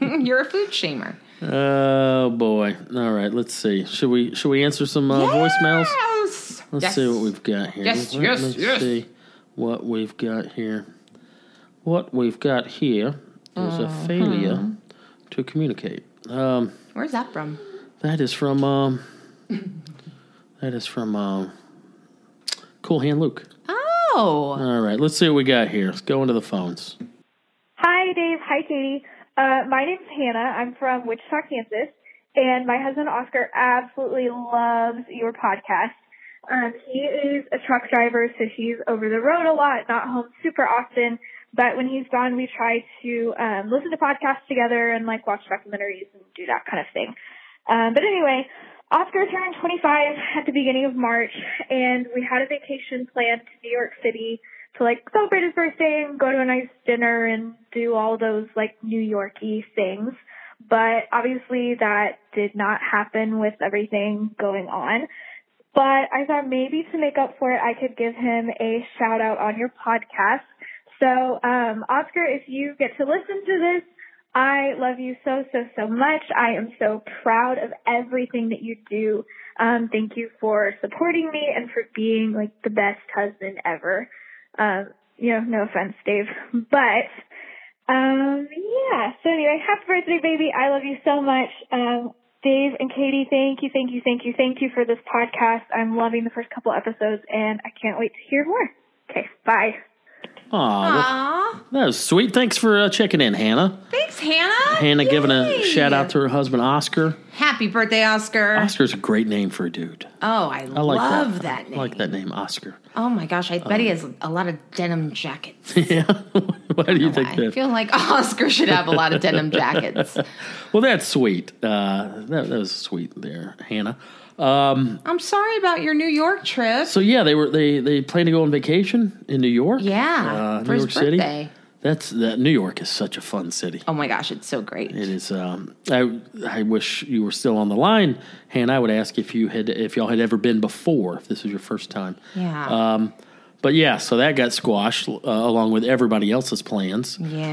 Speaker 2: you're a food shamer.
Speaker 1: Oh boy! All right, let's see. Should we should we answer some uh, voicemails?
Speaker 2: Yes.
Speaker 1: Let's
Speaker 2: Yes.
Speaker 1: see what we've got here.
Speaker 2: Yes,
Speaker 1: Let
Speaker 2: yes,
Speaker 1: me
Speaker 2: yes.
Speaker 1: See what we've got here. What we've got here is
Speaker 2: Oh,
Speaker 1: a failure to communicate. Um,
Speaker 2: Where's that from?
Speaker 1: that is from um, that is from um, Cool Hand Luke.
Speaker 2: Oh,
Speaker 1: All right, let's see what we got here. Let's go into the phones.
Speaker 4: Hi, Dave. Hi, Katie. Uh, my name's Hannah. I'm from Wichita, Kansas, and my husband Oscar absolutely loves your podcast. Um, he is a truck driver, so he's over the road a lot, not home super often. But when he's gone, we try to um, listen to podcasts together and like watch documentaries and do that kind of thing. Um, but anyway, Oscar turned 25 at the beginning of March, and we had a vacation planned to New York City to like celebrate his birthday and go to a nice dinner and do all those like New Yorky things. But obviously that did not happen with everything going on. But I thought maybe to make up for it, I could give him a shout out on your podcast. So, um, Oscar, if you get to listen to this, I love you so, so, so much. I am so proud of everything that you do. Um, thank you for supporting me and for being like the best husband ever. Um, you know, no offense, Dave, but, um, yeah. So anyway, happy birthday, baby. I love you so much. Um, Dave and Katie, thank you, thank you, thank you, thank you for this podcast. I'm loving the first couple episodes and I can't wait to hear more. Okay, bye.
Speaker 1: Aw,
Speaker 2: Aw.
Speaker 1: that was sweet. Thanks for uh, checking in, Hannah.
Speaker 2: thanks, Hannah.
Speaker 1: Hannah giving a
Speaker 2: Yay.
Speaker 1: shout out to her husband, Oscar.
Speaker 2: Happy birthday, Oscar.
Speaker 1: Oscar's a great name for a dude.
Speaker 2: Oh, I,
Speaker 1: I like
Speaker 2: love that,
Speaker 1: that. I
Speaker 2: name.
Speaker 1: like that name, Oscar.
Speaker 2: Oh my gosh, I bet he has a lot of denim jackets.
Speaker 1: Yeah. Why do you think
Speaker 2: I
Speaker 1: that?
Speaker 2: feel like Oscar should have a lot of denim jackets.
Speaker 1: Well, that's sweet. Uh, that, that was sweet there, Hannah. Um,
Speaker 2: I'm sorry about your New York trip.
Speaker 1: so yeah, they were they they plan to go on vacation in New York.
Speaker 2: Yeah,
Speaker 1: uh,
Speaker 2: for
Speaker 1: New
Speaker 2: his
Speaker 1: York City.
Speaker 2: birthday.
Speaker 1: That's that. New York is such a fun city.
Speaker 2: Oh my gosh, it's so great.
Speaker 1: It is. Um, I I wish you were still on the line, Hannah. I would ask if you had if y'all had ever been before. If this was your first time.
Speaker 2: yeah.
Speaker 1: Um, but yeah, so that got squashed uh, along with everybody else's plans.
Speaker 2: Yeah.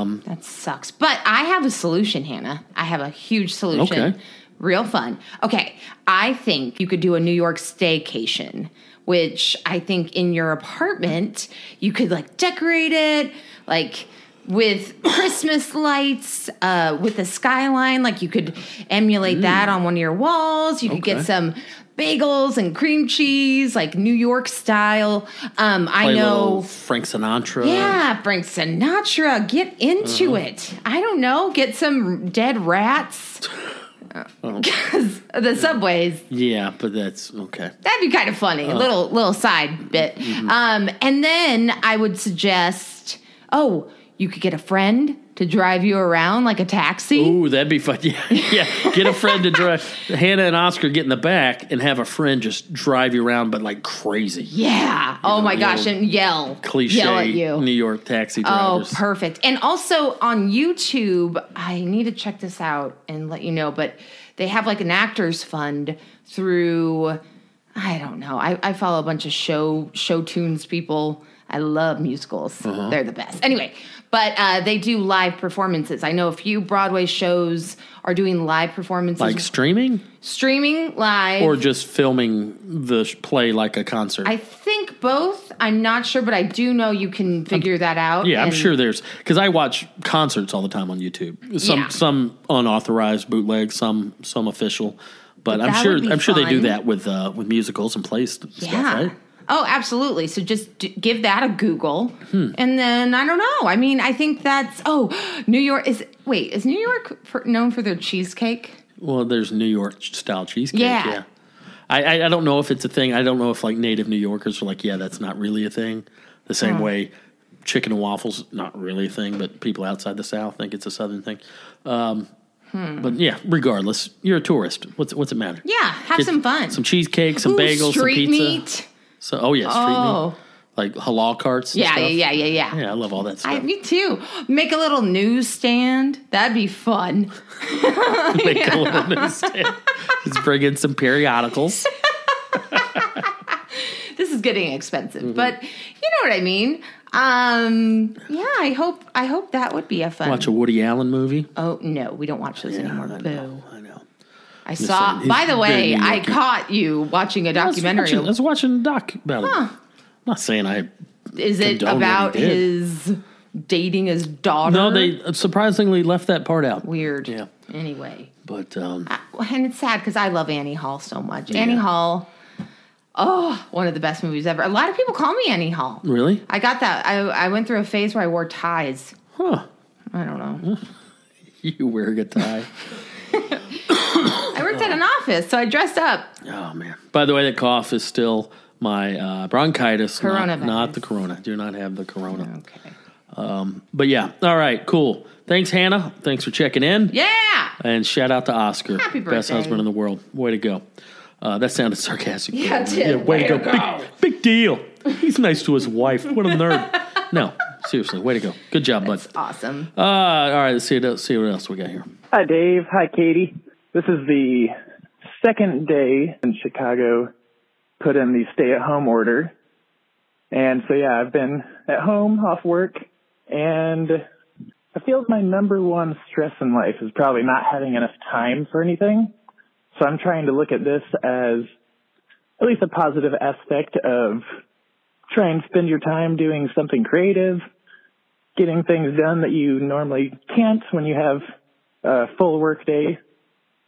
Speaker 1: Um,
Speaker 2: that sucks. But I have a solution, Hannah. I have a huge solution.
Speaker 1: Okay.
Speaker 2: Real fun. Okay. I think you could do a New York staycation, which I think in your apartment, you could like decorate it, like with Christmas lights, uh, with the skyline. Like you could emulate that on one of your walls. You could
Speaker 1: Mm. Okay.
Speaker 2: get some bagels and cream cheese, like New York style. Um, I
Speaker 1: Play a
Speaker 2: know.
Speaker 1: little Frank Sinatra.
Speaker 2: Yeah, Frank Sinatra, get into
Speaker 1: Mm-hmm.
Speaker 2: it. I don't know, get some dead rats.
Speaker 1: Uh-huh.
Speaker 2: Because the subways,
Speaker 1: Yeah, but that's okay.
Speaker 2: that'd be kind of funny.
Speaker 1: Uh-huh.
Speaker 2: little little side bit.
Speaker 1: Mm-hmm.
Speaker 2: Um, and then I would suggest, oh, you could get a friend to drive you around like a taxi.
Speaker 1: Ooh, that'd be fun. Yeah, yeah. Get a friend to drive. Hannah and Oscar get in the back and have a friend just drive you around, but like crazy.
Speaker 2: Yeah. Oh my
Speaker 1: you
Speaker 2: gosh,
Speaker 1: know,
Speaker 2: and yell,
Speaker 1: Cliche
Speaker 2: yell at you.
Speaker 1: New York taxi
Speaker 2: Oh,
Speaker 1: drivers.
Speaker 2: perfect. And also on YouTube, I need to check this out and let you know, but they have like an actors fund through I don't know. I, I follow a bunch of show show tunes people. I love musicals.
Speaker 1: Uh-huh.
Speaker 2: They're the best. Anyway, but uh, they do live performances. I know a few Broadway shows are doing live performances,
Speaker 1: like streaming
Speaker 2: streaming live.
Speaker 1: or just filming the sh- play like a concert.
Speaker 2: I think both. I'm not sure, but I do know you can figure that out.
Speaker 1: yeah, I'm
Speaker 2: and-
Speaker 1: sure there's because I watch concerts all the time on YouTube. Some
Speaker 2: Yeah.
Speaker 1: some unauthorized bootleg, some some official. But, I'm
Speaker 2: that
Speaker 1: sure
Speaker 2: would be
Speaker 1: I'm sure they do
Speaker 2: fun.
Speaker 1: that with uh, with musicals and plays and stuff, right?
Speaker 2: Oh, absolutely. So just d- give that a Google,
Speaker 1: Hmm.
Speaker 2: and then I don't know. I mean, I think that's oh, New York is wait is New York for, known for their cheesecake?
Speaker 1: Well, there's New York style cheesecake.
Speaker 2: Yeah.
Speaker 1: Yeah. I, I I don't know if it's a thing. I don't know if like native New Yorkers are like, yeah, that's not really a thing. The same way chicken and waffles not really a thing, but people outside the South think it's a Southern thing. Um, But yeah, regardless, you're a tourist. What's what's it matter?
Speaker 2: Hmm. Yeah, have
Speaker 1: Get
Speaker 2: some fun.
Speaker 1: Some cheesecake, some
Speaker 2: Ooh,
Speaker 1: bagels,
Speaker 2: street
Speaker 1: some pizza.
Speaker 2: meat.
Speaker 1: So oh yeah, street
Speaker 2: Oh.
Speaker 1: meat. Like halal carts. and
Speaker 2: Yeah,
Speaker 1: stuff.
Speaker 2: yeah, yeah, yeah, yeah.
Speaker 1: Yeah, I love all that stuff.
Speaker 2: I, me too. Make a little newsstand. That'd be fun.
Speaker 1: Make a little newsstand. Let's bring in some periodicals.
Speaker 2: This is getting expensive,
Speaker 1: Mm-hmm.
Speaker 2: but you know what I mean. Um, yeah, I hope I hope that would be a fun.
Speaker 1: Watch a Woody Allen movie.
Speaker 2: oh no, we don't watch those anymore.
Speaker 1: I
Speaker 2: Boo.
Speaker 1: know. I know.
Speaker 2: I saw.
Speaker 1: saying,
Speaker 2: By
Speaker 1: he's
Speaker 2: the way,
Speaker 1: very New
Speaker 2: I
Speaker 1: Yorker.
Speaker 2: caught you watching a documentary.
Speaker 1: I was watching, I was watching a doc about it.
Speaker 2: Huh.
Speaker 1: I'm not saying I
Speaker 2: Is it
Speaker 1: condone what he
Speaker 2: about
Speaker 1: did.
Speaker 2: his dating his daughter.
Speaker 1: No, they surprisingly left that part out.
Speaker 2: weird.
Speaker 1: Yeah.
Speaker 2: Anyway, Uh,
Speaker 1: But um,
Speaker 2: and it's sad because I love Annie Hall so much. Annie Hall, oh, one of the best movies ever. A lot of people call me Annie Hall.
Speaker 1: really?
Speaker 2: I got that. I I went through a phase where I wore ties.
Speaker 1: Huh.
Speaker 2: I don't know.
Speaker 1: You wearing a tie.
Speaker 2: I worked at an office, so I dressed up.
Speaker 1: Oh man! By the way, the cough is still my uh, bronchitis, not,
Speaker 2: Coronavirus.
Speaker 1: not the corona. Do not have the corona.
Speaker 2: Okay.
Speaker 1: But yeah, all right, cool. Thanks, Hannah. Thanks for checking in.
Speaker 2: Yeah.
Speaker 1: And shout out to Oscar,
Speaker 2: Happy
Speaker 1: best
Speaker 2: birthday.
Speaker 1: husband in the world. Way to go. Uh, that sounded sarcastic.
Speaker 2: Yeah, it did.
Speaker 1: way, to go. Big, big deal. He's nice to his wife. What a nerd. No, seriously, way to go. Good job, bud.
Speaker 2: Awesome.
Speaker 1: Uh, all right, let's see, let's see what else we got here.
Speaker 5: Hi, Dave. Hi, Katie. This is the second day in Chicago put in the stay at home order. And so, yeah, I've been at home, off work, and I feel my number one stress in life is probably not having enough time for anything. So I'm trying to look at this as at least a positive aspect of try and spend your time doing something creative, getting things done that you normally can't when you have uh, full work day.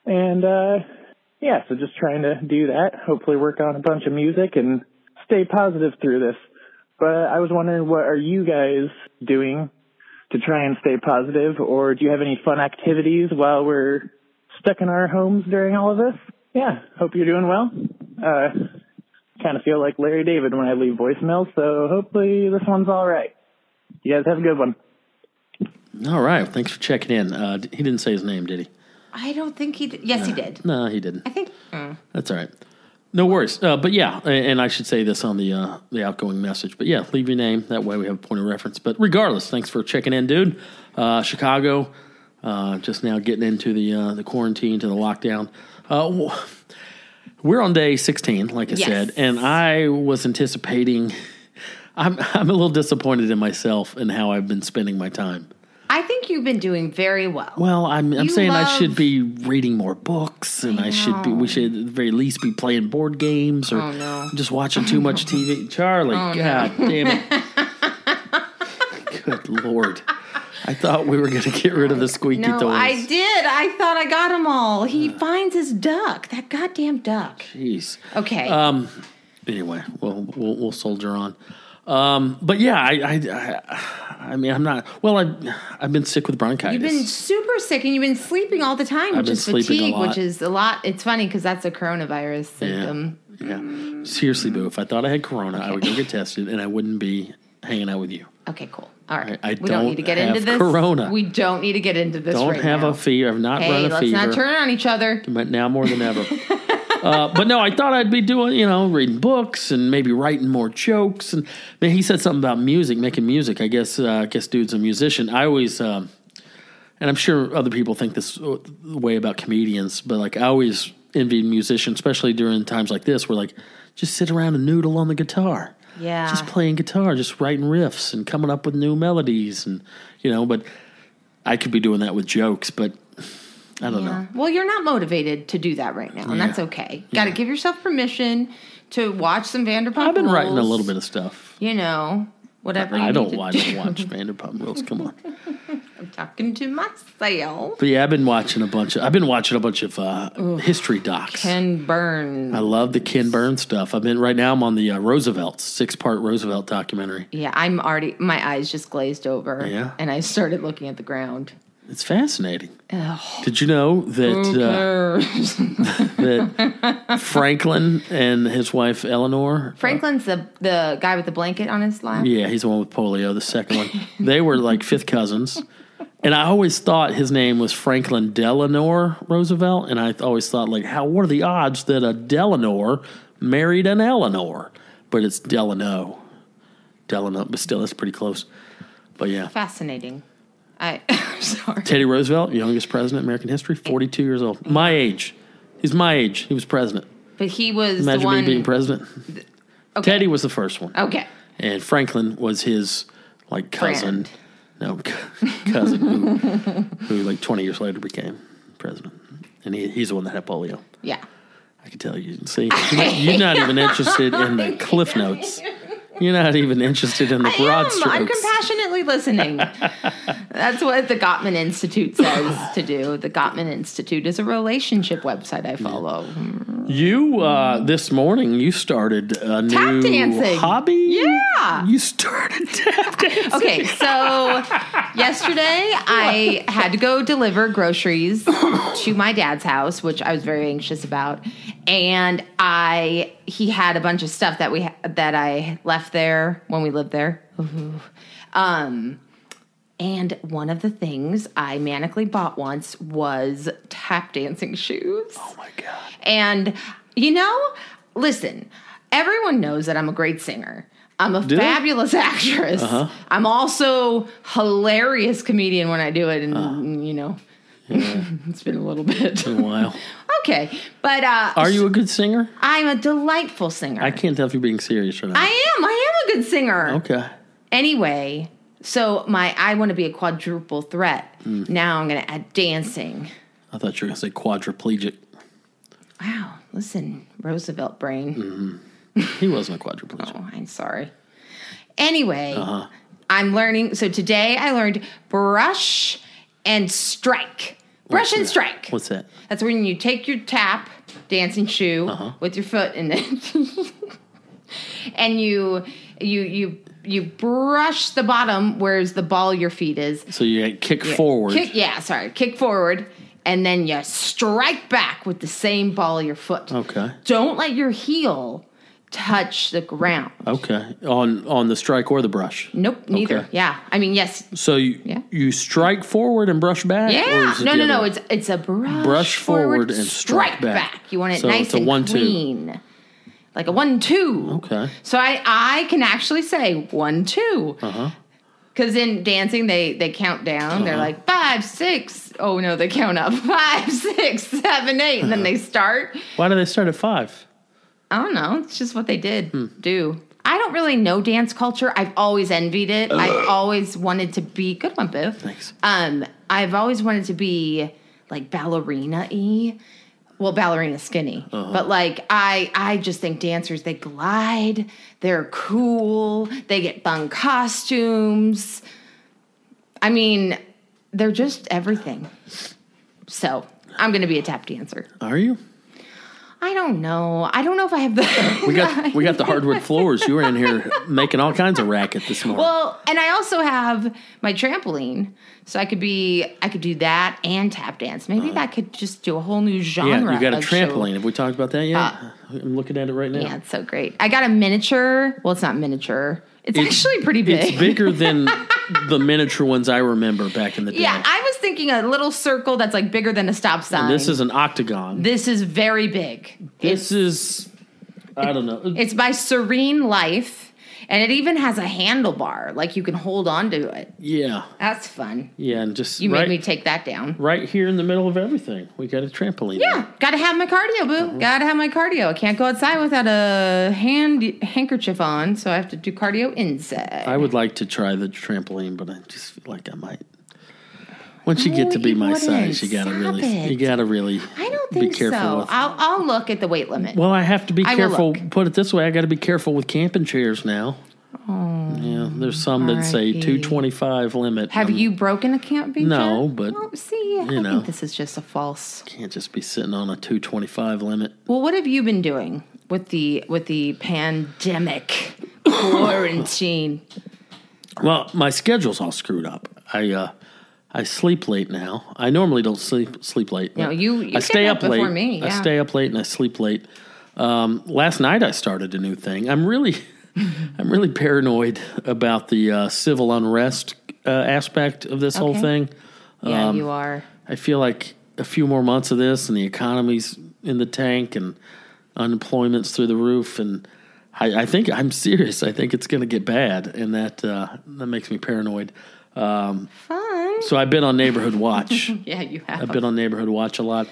Speaker 5: And uh, yeah, so just trying to do that. Hopefully, work on a bunch of music and stay positive through this. But I was wondering, what are you guys doing to try and stay positive, or do you have any fun activities while we're stuck in our homes during all of this? Yeah, hope you're doing well. Uh, kind of feel like Larry David when I leave voicemails, so hopefully this one's all right. You guys have a good one.
Speaker 1: All right, thanks for checking in. Uh, d- he didn't say his name, did he?
Speaker 2: I don't think he did. Yes, he did.
Speaker 1: No, he didn't.
Speaker 2: I think. mm.
Speaker 1: That's all right. No worries. Uh, but yeah, a- and I should say this on the uh, the outgoing message. But yeah, leave your name. That way we have a point of reference. But regardless, thanks for checking in, dude. Uh, Chicago, uh, just now getting into the uh, the quarantine to the lockdown. Uh, w- we're on day sixteen, like I
Speaker 2: Yes.
Speaker 1: said, and I was anticipating. I'm I'm a little disappointed in myself and how I've been spending my time.
Speaker 2: I think you've been doing very well.
Speaker 1: Well, I'm, I'm
Speaker 2: You
Speaker 1: saying I
Speaker 2: love-
Speaker 1: should be reading more books, and I, should be we should at the very least be playing board games or
Speaker 2: Oh, no. Oh,
Speaker 1: just watching too much TV. Charlie, God damn it! Good lord, I thought we were going to get rid of the squeaky
Speaker 2: no,
Speaker 1: toys.
Speaker 2: I did. I thought I got them all. He finds his duck. That goddamn duck.
Speaker 1: Jeez.
Speaker 2: Okay.
Speaker 1: Um. Anyway, we'll we'll, we'll soldier on. Um. But yeah, I, I I I mean I'm not well. I I've been sick with bronchitis.
Speaker 2: You've been super sick and you've been sleeping all the time, which
Speaker 1: been
Speaker 2: is
Speaker 1: sleeping a
Speaker 2: fatigue,
Speaker 1: lot.
Speaker 2: which is a lot. It's funny because that's a coronavirus symptom.
Speaker 1: Yeah. Seriously, Boo, if I thought I had corona, I would go get tested and I wouldn't be hanging out with you.
Speaker 2: Okay, cool. All right.
Speaker 1: I- I
Speaker 2: we
Speaker 1: don't
Speaker 2: need to get
Speaker 1: have
Speaker 2: into this.
Speaker 1: corona.
Speaker 2: We don't need to get into this
Speaker 1: Don't
Speaker 2: right
Speaker 1: have
Speaker 2: now.
Speaker 1: a fever. I've not
Speaker 2: Hey,
Speaker 1: run a
Speaker 2: let's
Speaker 1: fever.
Speaker 2: not turn on each other.
Speaker 1: but now more than ever. uh, but no, I thought I'd be doing, you know, reading books and maybe writing more jokes. And man, he said something about music, making music. I guess, uh, I guess, dude's a musician. I always, um, and I'm sure other people think this uh, way about comedians, but like I always envied musicians, especially during times like this, where like just sit around and noodle on the guitar.
Speaker 2: Yeah.
Speaker 1: just playing guitar, just writing riffs and coming up with new melodies, and you know, but. I could be doing that with jokes, but I don't know.
Speaker 2: Yeah. Uh, Well, you're not motivated to do that right now, and
Speaker 1: Yeah.
Speaker 2: that's okay. Got to give yourself permission to watch some Vanderpump.
Speaker 1: I've been writing a
Speaker 2: Rules,
Speaker 1: little bit of stuff.
Speaker 2: You know, whatever.
Speaker 1: I
Speaker 2: you
Speaker 1: don't
Speaker 2: need to
Speaker 1: watch
Speaker 2: do.
Speaker 1: watch Vanderpump Rules. Come on.
Speaker 2: I'm talking to myself.
Speaker 1: But yeah, I've been watching a bunch of I've been watching a bunch of uh, history docs.
Speaker 2: Ken Burns.
Speaker 1: I love the Ken Burns stuff. I've been right now. I'm on the uh, Roosevelt six part Roosevelt documentary.
Speaker 2: yeah, I'm already. My eyes just glazed over.
Speaker 1: Yeah.
Speaker 2: And I started looking at the ground.
Speaker 1: It's fascinating. Did you know that uh, that Franklin and his wife Eleanor?
Speaker 2: Franklin's the the guy with the blanket on his lap.
Speaker 1: Yeah, he's the one with polio. The second one, they were like fifth cousins. And I always thought his name was Franklin Delano Roosevelt, and I th- always thought like, how? What are the odds that a Delano married an Eleanor? But it's Delano, Delano. But still, that's pretty close. But yeah,
Speaker 2: Fascinating. I, I'm sorry.
Speaker 1: Teddy Roosevelt, youngest president in American history, forty-two years old, my age. He's my age. He was president.
Speaker 2: But he was the
Speaker 1: Imagine
Speaker 2: one.
Speaker 1: me being president. Teddy was the first one.
Speaker 2: okay.
Speaker 1: and Franklin was his like cousin.
Speaker 2: Friend.
Speaker 1: No, c- cousin who, who like twenty years later became president, and he, he's the one that had polio.
Speaker 2: Yeah.
Speaker 1: I can tell you. See, you're not, you're not even interested in the cliff notes. You're not even interested in the
Speaker 2: I
Speaker 1: broad
Speaker 2: am. I'm
Speaker 1: strokes.
Speaker 2: compassionately listening. That's what the Gottman Institute says to do. The Gottman Institute is a relationship website I follow.
Speaker 1: You uh, this morning you started a new
Speaker 2: dancing.
Speaker 1: hobby.
Speaker 2: Yeah.
Speaker 1: you started tap dancing.
Speaker 2: Okay, so yesterday I had to go deliver groceries to my dad's house, which I was very anxious about, and I he had a bunch of stuff that we ha- that I left there when we lived there. Ooh. Um, and one of the things I manically bought once was tap dancing shoes.
Speaker 1: Oh my god!
Speaker 2: And you know, listen, everyone knows that I'm a great singer. I'm a
Speaker 1: they? Uh-huh.
Speaker 2: fabulous actress. I'm also hilarious comedian when I do it, and
Speaker 1: Uh-huh.
Speaker 2: you know, it's been a little bit.
Speaker 1: Wow.
Speaker 2: okay, but uh,
Speaker 1: Are you a good singer?
Speaker 2: I'm a delightful singer.
Speaker 1: I can't tell if you're being serious or not.
Speaker 2: I am. I am a good singer.
Speaker 1: okay.
Speaker 2: Anyway, so my I want to be a quadruple threat.
Speaker 1: Mm.
Speaker 2: Now I'm going to add dancing.
Speaker 1: I thought you were gonna say quadriplegic.
Speaker 2: Wow, listen, Roosevelt brain.
Speaker 1: Mm. He wasn't a quadriplegic.
Speaker 2: Oh, I'm sorry. Anyway,
Speaker 1: Uh-huh.
Speaker 2: I'm learning. So today I learned brush and strike. Brush and strike.
Speaker 1: What's that?
Speaker 2: That's when you take your tap dancing shoe
Speaker 1: Uh-huh.
Speaker 2: with your foot in it, and you you you you brush the bottom, whereas the ball of your feet is.
Speaker 1: So you had kick forward.
Speaker 2: Kick, yeah, sorry, kick forward, and then you strike back with the same ball of your foot.
Speaker 1: Okay.
Speaker 2: Don't let your heel touch the ground.
Speaker 1: Okay. On on the strike or the brush.
Speaker 2: Nope, neither.
Speaker 1: Okay.
Speaker 2: Yeah, I mean, yes,
Speaker 1: So you
Speaker 2: Yeah.
Speaker 1: you strike forward and brush back. or
Speaker 2: yeah.
Speaker 1: is it
Speaker 2: No,
Speaker 1: the
Speaker 2: no, no.
Speaker 1: other-
Speaker 2: It's it's a brush,
Speaker 1: Brush forward and strike
Speaker 2: strike
Speaker 1: back.
Speaker 2: back. You want it
Speaker 1: So
Speaker 2: nice
Speaker 1: it's a
Speaker 2: and
Speaker 1: one-two.
Speaker 2: clean, like a one-two.
Speaker 1: Okay.
Speaker 2: So I I can actually say one-two.
Speaker 1: Uh-huh.
Speaker 2: Because in dancing, they they count down. They're like five, six. Oh no, they count up five, six, seven, eight, and then
Speaker 1: Uh-huh.
Speaker 2: they start.
Speaker 1: Why do they start at five?
Speaker 2: I don't know. It's just what they did
Speaker 1: Hmm.
Speaker 2: do. I don't really know dance culture. I've always envied it. I've always wanted to be good one, Biff.
Speaker 1: Thanks.
Speaker 2: Um, I've always wanted to be like ballerina y. Well, ballerina skinny.
Speaker 1: Uh-huh.
Speaker 2: But like I I just think dancers, they glide, they're cool, they get fun costumes. I mean, they're just everything. So I'm gonna be a tap dancer.
Speaker 1: Are you?
Speaker 2: I don't know. I don't know if I have the
Speaker 1: We got we got the hardwood floors. You were in here making all kinds of racket this morning.
Speaker 2: Well, and I also have my trampoline, so I could be I could do that and tap dance. Maybe that could just do a whole new genre.
Speaker 1: Uh. yeah, you got a
Speaker 2: of show.
Speaker 1: trampoline. Have we talked about that yet? I'm looking at it right now.
Speaker 2: Uh, Yeah, it's so great. I got a miniature. Well, it's not miniature. It's, actually pretty big.
Speaker 1: It's bigger than the miniature ones I remember back in the day.
Speaker 2: Yeah, I was thinking a little circle that's like bigger than a stop sign.
Speaker 1: this is an octagon.
Speaker 2: this is very big.
Speaker 1: This is I don't know.
Speaker 2: It's by Serene Life, and it even has a handlebar like you can hold on to it.
Speaker 1: Yeah,
Speaker 2: That's fun.
Speaker 1: yeah, and just
Speaker 2: You
Speaker 1: right,
Speaker 2: made me take that down.
Speaker 1: right here in the middle of everything. We got a trampoline.
Speaker 2: Yeah, gotta have my cardio, boo.
Speaker 1: Mm-hmm.
Speaker 2: Gotta have my cardio. I can't go outside without a hand handkerchief on, so I have to do cardio inside.
Speaker 1: I would like to try the trampoline, but I just feel like I might. Once you get
Speaker 2: No,
Speaker 1: to be
Speaker 2: Oh, you
Speaker 1: my
Speaker 2: wouldn't.
Speaker 1: size, you gotta
Speaker 2: Stop
Speaker 1: really,
Speaker 2: it.
Speaker 1: you gotta really.
Speaker 2: I don't think
Speaker 1: be careful
Speaker 2: so.
Speaker 1: With,
Speaker 2: I'll I'll look at the weight limit.
Speaker 1: well, I have to be
Speaker 2: I will
Speaker 1: careful.
Speaker 2: look.
Speaker 1: Put it this way, I got to be careful with camping chairs now. Oh, yeah, there's some that say
Speaker 2: RIP.
Speaker 1: 225 limit.
Speaker 2: have
Speaker 1: I'm-
Speaker 2: you broken a camp beach?
Speaker 1: um, No,
Speaker 2: yet?
Speaker 1: but,
Speaker 2: Well, see, I
Speaker 1: know.
Speaker 2: think this is just a false.
Speaker 1: Can't just be sitting on a 225 limit.
Speaker 2: Well, what have you been doing with the with the pandemic quarantine?
Speaker 1: Well, my schedule's all screwed up. I uh, I sleep late now. I normally don't sleep sleep late.
Speaker 2: No,
Speaker 1: but
Speaker 2: you- you
Speaker 1: I stay
Speaker 2: get
Speaker 1: up
Speaker 2: up before
Speaker 1: late.
Speaker 2: me,
Speaker 1: I
Speaker 2: yeah.
Speaker 1: stay up late and I sleep late. Um, last night I started a new thing. I'm really I'm really paranoid about the uh, civil unrest uh, aspect of this whole
Speaker 2: Okay.
Speaker 1: thing.
Speaker 2: Yeah,
Speaker 1: Um,
Speaker 2: you are.
Speaker 1: I feel like a few more months of this and the economy's in the tank and unemployment's through the roof and I, I think I'm serious. I think it's going to get bad, and that uh, that makes me paranoid. Um,
Speaker 2: Fun.
Speaker 1: so I've been on neighborhood watch.
Speaker 2: Yeah, you have.
Speaker 1: I've been on neighborhood watch a lot.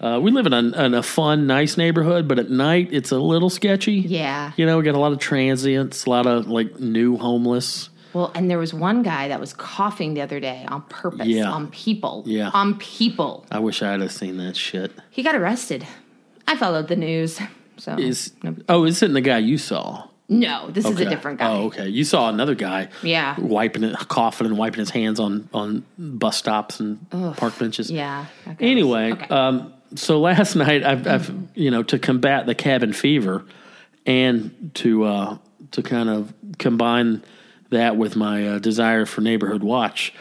Speaker 1: Uh, we live in a, in a fun, nice neighborhood, but at night it's a little sketchy.
Speaker 2: Yeah.
Speaker 1: you know, we got a lot of transients, a lot of like new homeless.
Speaker 2: Well, and there was one guy that was coughing the other day on purpose
Speaker 1: Yeah.
Speaker 2: on people.
Speaker 1: Yeah.
Speaker 2: On people.
Speaker 1: I wish I'd have seen that shit.
Speaker 2: He got arrested. I followed the news. So
Speaker 1: Is oh, isn't the guy you saw?
Speaker 2: No, this is a
Speaker 1: Okay.
Speaker 2: different guy.
Speaker 1: Oh, okay. You saw another guy.
Speaker 2: Yeah.
Speaker 1: Wiping it, coughing and wiping his hands on on bus stops and park benches.
Speaker 2: Yeah. okay.
Speaker 1: Anyway,
Speaker 2: Okay. Mm-hmm.
Speaker 1: um, so last night I've, I've you know to combat the cabin fever and to uh, to kind of combine that with my uh, desire for neighborhood watch.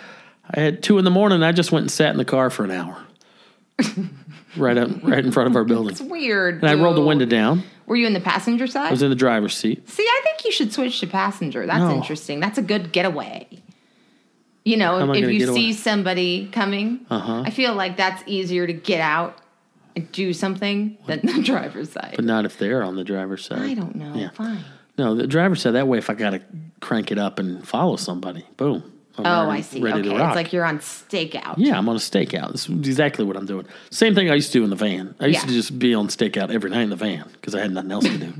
Speaker 1: I had two in the morning. I just went and sat in the car for an hour, right up right in front of our building.
Speaker 2: It's weird.
Speaker 1: And I rolled the
Speaker 2: dude.
Speaker 1: window down.
Speaker 2: Were you in the passenger side?
Speaker 1: I was in the driver's seat.
Speaker 2: See, I think you should switch to passenger. That's
Speaker 1: No.
Speaker 2: interesting. That's a good getaway. You
Speaker 1: am
Speaker 2: know,
Speaker 1: I
Speaker 2: if
Speaker 1: gonna
Speaker 2: you
Speaker 1: get away? Uh-huh.
Speaker 2: see somebody coming, I feel like that's easier to get out and do something than the driver's side.
Speaker 1: But not if they're on the driver's side.
Speaker 2: I don't know.
Speaker 1: Yeah.
Speaker 2: Fine.
Speaker 1: No, the driver said that way. If I got to crank it up and follow somebody, boom. I'm
Speaker 2: Oh,
Speaker 1: already
Speaker 2: I see.
Speaker 1: Ready
Speaker 2: Okay,
Speaker 1: to
Speaker 2: it's
Speaker 1: rock.
Speaker 2: like you're on stakeout.
Speaker 1: yeah, I'm on a stakeout. That's exactly what I'm doing. Same thing I used to do in the van. I used
Speaker 2: Yeah.
Speaker 1: to just be on stakeout every night in the van because I had nothing else to do.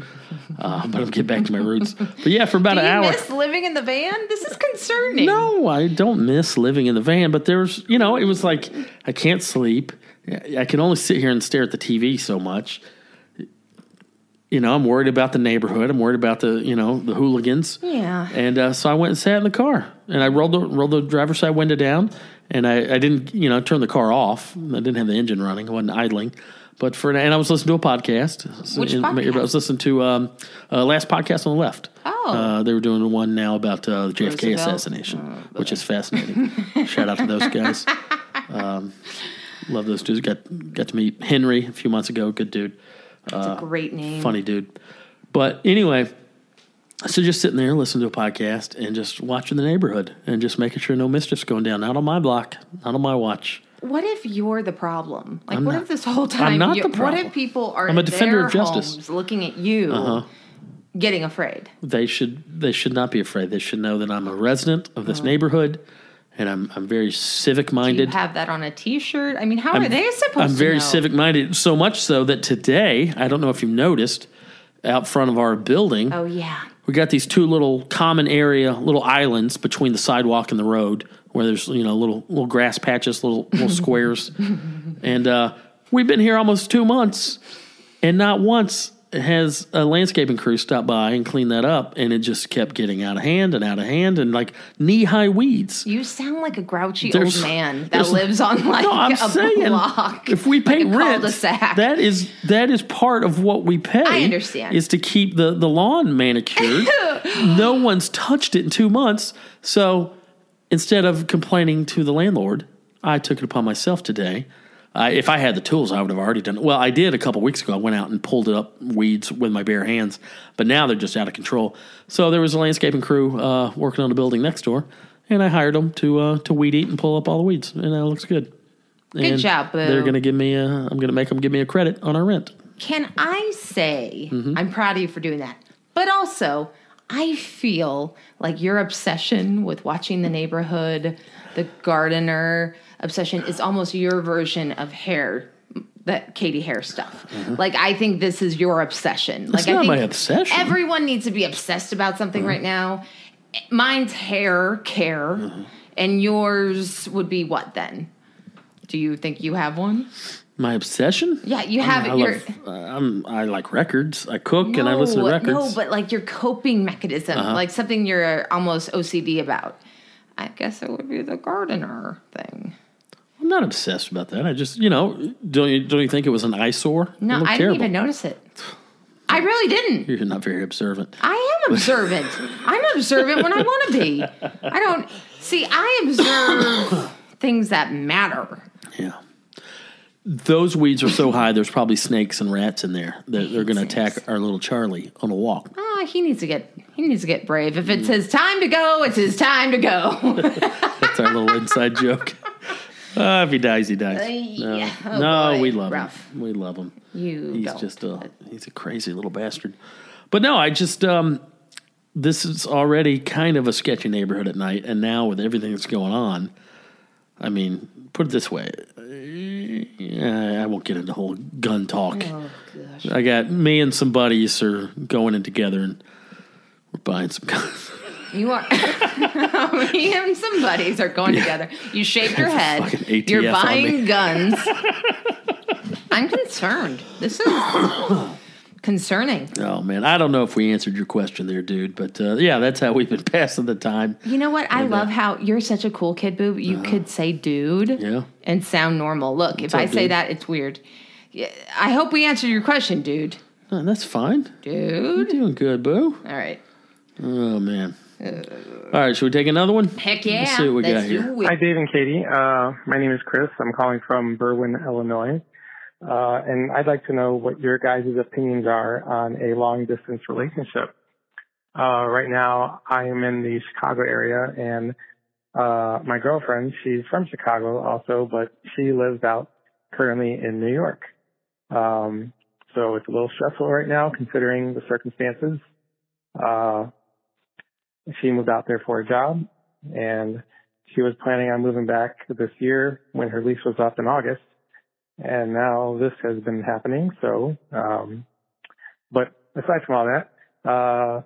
Speaker 1: uh, but I'm getting back to my roots. But yeah, for about
Speaker 2: Do
Speaker 1: an
Speaker 2: you
Speaker 1: hour.
Speaker 2: miss living in the van? This is concerning.
Speaker 1: No, I don't miss living in the van, but there's, you know, it was like I can't sleep. I can only sit here and stare at the TV so much. You know, I'm worried about the neighborhood. I'm worried about the, you know, the hooligans.
Speaker 2: Yeah.
Speaker 1: And uh, so I went and sat in the car, and I rolled the rolled the driver's side window down, and I, I didn't, you know, turn the car off. I didn't have the engine running. I wasn't idling. But for and I was listening to a podcast. So
Speaker 2: Which
Speaker 1: in my earbud- I
Speaker 2: podcast?
Speaker 1: was listening to um, uh, last podcast on the left.
Speaker 2: Oh.
Speaker 1: uh, they were doing one now about uh, the JFK
Speaker 2: Roosevelt?
Speaker 1: assassination,
Speaker 2: Oh,
Speaker 1: which is fascinating. Shout out to those guys. Um, love those dudes. Got got to meet Henry a few months ago. Good dude,
Speaker 2: It's a great name.
Speaker 1: funny dude. But anyway, so just sitting there listening to a podcast and just watching the neighborhood and just making sure no mischief's going down. Not on my block. Not on my watch.
Speaker 2: What if you're the problem? Like, what
Speaker 1: not-
Speaker 2: if this whole time?
Speaker 1: not
Speaker 2: you-
Speaker 1: the
Speaker 2: What
Speaker 1: problem.
Speaker 2: if people are
Speaker 1: I'm a
Speaker 2: in
Speaker 1: defender
Speaker 2: their
Speaker 1: of justice. Uh-huh.
Speaker 2: homes looking at you, getting afraid?
Speaker 1: They should they should not be afraid. They should know that I'm a resident of this neighborhood and I'm I'm very civic
Speaker 2: Oh. Do you
Speaker 1: minded.
Speaker 2: have that on a T-shirt? I mean, how are they supposed?
Speaker 1: I'm
Speaker 2: to
Speaker 1: very
Speaker 2: know?
Speaker 1: civic minded, so much so that today, I don't know if you noticed, out front of our building,
Speaker 2: Oh yeah,
Speaker 1: we got these two little common area, little islands between the sidewalk and the road, where there's you know little little grass patches, little little squares, and uh, we've been here almost two months, and not once has a landscaping crew stopped by and cleaned that up, and it just kept getting out of hand and out of hand, and like knee high weeds.
Speaker 2: you sound like a grouchy
Speaker 1: There's-
Speaker 2: old man that
Speaker 1: there's-
Speaker 2: lives on like
Speaker 1: No, I'm
Speaker 2: a
Speaker 1: saying
Speaker 2: block.
Speaker 1: if we pay
Speaker 2: like a
Speaker 1: rent,
Speaker 2: cul-de-sac.
Speaker 1: that is that is part of what we pay.
Speaker 2: I understand.
Speaker 1: is to keep the the lawn manicured. no one's touched it in two months, so instead of complaining to the landlord, I took it upon myself today. I, if I had the tools, I would have already done it. Well, I did a couple weeks ago. I went out and pulled up weeds with my bare hands, but now they're just out of control. So there was a landscaping crew uh, working on the building next door, and I hired them to uh, to weed eat and pull up all the weeds, and that looks good. Good
Speaker 2: job, boo.
Speaker 1: They're gonna give me a. I'm gonna make them give me a credit on our rent.
Speaker 2: Can I say
Speaker 1: Mm-hmm.
Speaker 2: I'm proud of you for doing that? But also, I feel like your obsession with watching the neighborhood, the gardener obsession is almost your version of hair that Katie hair stuff. Like I think this is your obsession. Like
Speaker 1: It's
Speaker 2: I
Speaker 1: Mm-hmm. not
Speaker 2: think
Speaker 1: my obsession. Mm-hmm.
Speaker 2: Everyone needs to be obsessed about something right now. Mine's hair care,
Speaker 1: Mm-hmm.
Speaker 2: and yours would be what then? Do you think you have one?
Speaker 1: My obsession?
Speaker 2: Yeah, you
Speaker 1: I
Speaker 2: have
Speaker 1: mean, I
Speaker 2: your.
Speaker 1: love- uh, I'm, I like records. I cook and I listen to records. Uh-huh.
Speaker 2: No, but like your coping mechanism, like something you're almost OCD about. I guess it would be the gardener thing.
Speaker 1: I'm not obsessed about that. I just, you know, don't you don't you think it was an eyesore?
Speaker 2: No,
Speaker 1: It looked
Speaker 2: I
Speaker 1: terrible.
Speaker 2: didn't even notice it. I really didn't.
Speaker 1: You're not very observant.
Speaker 2: I am observant. I'm observant when I want to be. I don't see. I observe things that matter.
Speaker 1: Yeah. Those weeds are so high. There's probably snakes and rats in there. They're, they're going to attack our little Charlie on a walk.
Speaker 2: Ah, he needs to get. He needs to get brave. If it's his time to go, it's his time to go.
Speaker 1: That's our little inside joke. Uh, if he dies, he dies. No,
Speaker 2: yeah. Oh,
Speaker 1: No,
Speaker 2: boy.
Speaker 1: we love
Speaker 2: Rough.
Speaker 1: him. We love him.
Speaker 2: You
Speaker 1: he's
Speaker 2: don't.
Speaker 1: just a he's a crazy little bastard. But no, I just um this is already kind of a sketchy neighborhood at night, and now with everything that's going on, I mean, put it this way, eh, I won't get into whole gun talk.
Speaker 2: Oh gosh.
Speaker 1: I got me and some buddies are going in together, and we're buying some guns.
Speaker 2: You are. Me and some buddies are going together. You shaved your head.
Speaker 1: Fucking
Speaker 2: You're
Speaker 1: ATF on me.
Speaker 2: buying guns. I'm concerned. This is concerning.
Speaker 1: Oh man, I don't know if we answered your question there, dude. But uh, yeah, that's how we've been passing the time.
Speaker 2: You know what? I
Speaker 1: uh,
Speaker 2: love how you're such a cool kid, boob. You could say dude
Speaker 1: Yeah.
Speaker 2: and sound normal. Look, if
Speaker 1: up,
Speaker 2: I say
Speaker 1: dude?
Speaker 2: that, it's weird. Yeah, I hope we answered your question, dude.
Speaker 1: Oh, that's fine. You're
Speaker 2: Dude.
Speaker 1: doing good, boo.
Speaker 2: All right.
Speaker 1: Oh man. All right, should we take another one?
Speaker 2: Heck yeah.
Speaker 1: see what we got
Speaker 2: Let's
Speaker 1: here.
Speaker 2: do it.
Speaker 6: Hi, Dave and Katie. Uh, my name is Chris. I'm calling from Berwyn, Illinois. Uh, and I'd like to know what your guys' opinions are on a long distance relationship. Uh, right now, I am in the Chicago area, and uh, my girlfriend, she's from Chicago also, but she lives out currently in New York. Um, so it's a little stressful right now considering the circumstances. Uh, she moved out there for a job, and she was planning on moving back this year when her lease was up in August. And now this has been happening. So, um, but aside from all that, uh,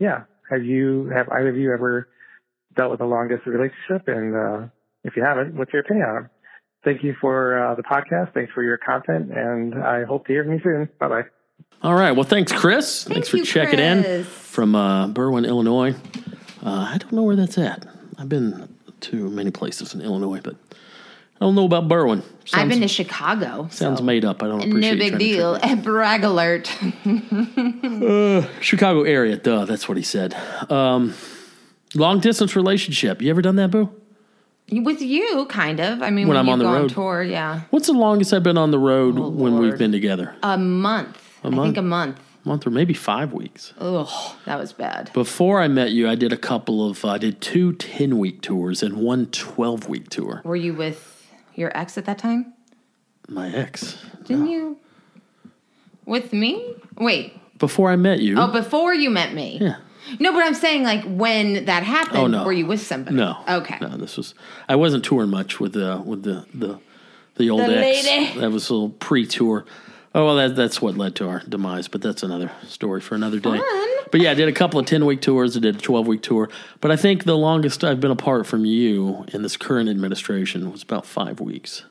Speaker 6: yeah, have you, have either of you ever dealt with a long distance relationship? And, uh, if you haven't, what's your opinion on it? Thank you for uh, the podcast. Thanks for your content. And I hope to hear from you soon. Bye bye.
Speaker 1: All right. Well, thanks, Chris. thanks for
Speaker 2: you,
Speaker 1: checking in
Speaker 2: Chris.
Speaker 1: from uh, Berwyn, Illinois. Uh, I don't know where that's at. I've been to many places in Illinois, but I don't know about Berwyn. Sounds,
Speaker 2: I've been to Chicago.
Speaker 1: sounds made up. I don't appreciate
Speaker 2: No
Speaker 1: you
Speaker 2: big
Speaker 1: trying to trick
Speaker 2: deal.
Speaker 1: me.
Speaker 2: Brag alert.
Speaker 1: Chicago area. Duh. That's what he said. Um, long distance relationship. You ever done that, Boo?
Speaker 2: With you, kind of. I mean,
Speaker 1: When
Speaker 2: when,
Speaker 1: I'm
Speaker 2: you
Speaker 1: on the
Speaker 2: go
Speaker 1: road.
Speaker 2: tour, yeah.
Speaker 1: What's the longest I've been on the road when we've
Speaker 2: Oh, Lord.
Speaker 1: been together?
Speaker 2: A month. I
Speaker 1: month?
Speaker 2: think a month.
Speaker 1: A month or maybe five weeks.
Speaker 2: Ugh, that was bad.
Speaker 1: Before I met you, I did a couple of, uh, I did two 10 week tours and one 12 week tour.
Speaker 2: Were you with your ex at that time?
Speaker 1: My ex.
Speaker 2: Didn't you? With me? Wait.
Speaker 1: Before I met you.
Speaker 2: Oh, before you met me.
Speaker 1: Hmm? Yeah.
Speaker 2: No, but I'm saying like when that happened,
Speaker 1: Oh, no.
Speaker 2: were you with somebody?
Speaker 1: No.
Speaker 2: Okay.
Speaker 1: No, this was, I wasn't touring much with the, with the, the, the old
Speaker 2: The
Speaker 1: ex.
Speaker 2: lady.
Speaker 1: That was a little pre tour. Oh, well, that, that's what led to our demise, but that's another story for another day.
Speaker 2: Fun.
Speaker 1: But yeah, I did a couple of 10 week tours. I did a 12 week tour. But I think the longest I've been apart from you in this current administration was about five weeks.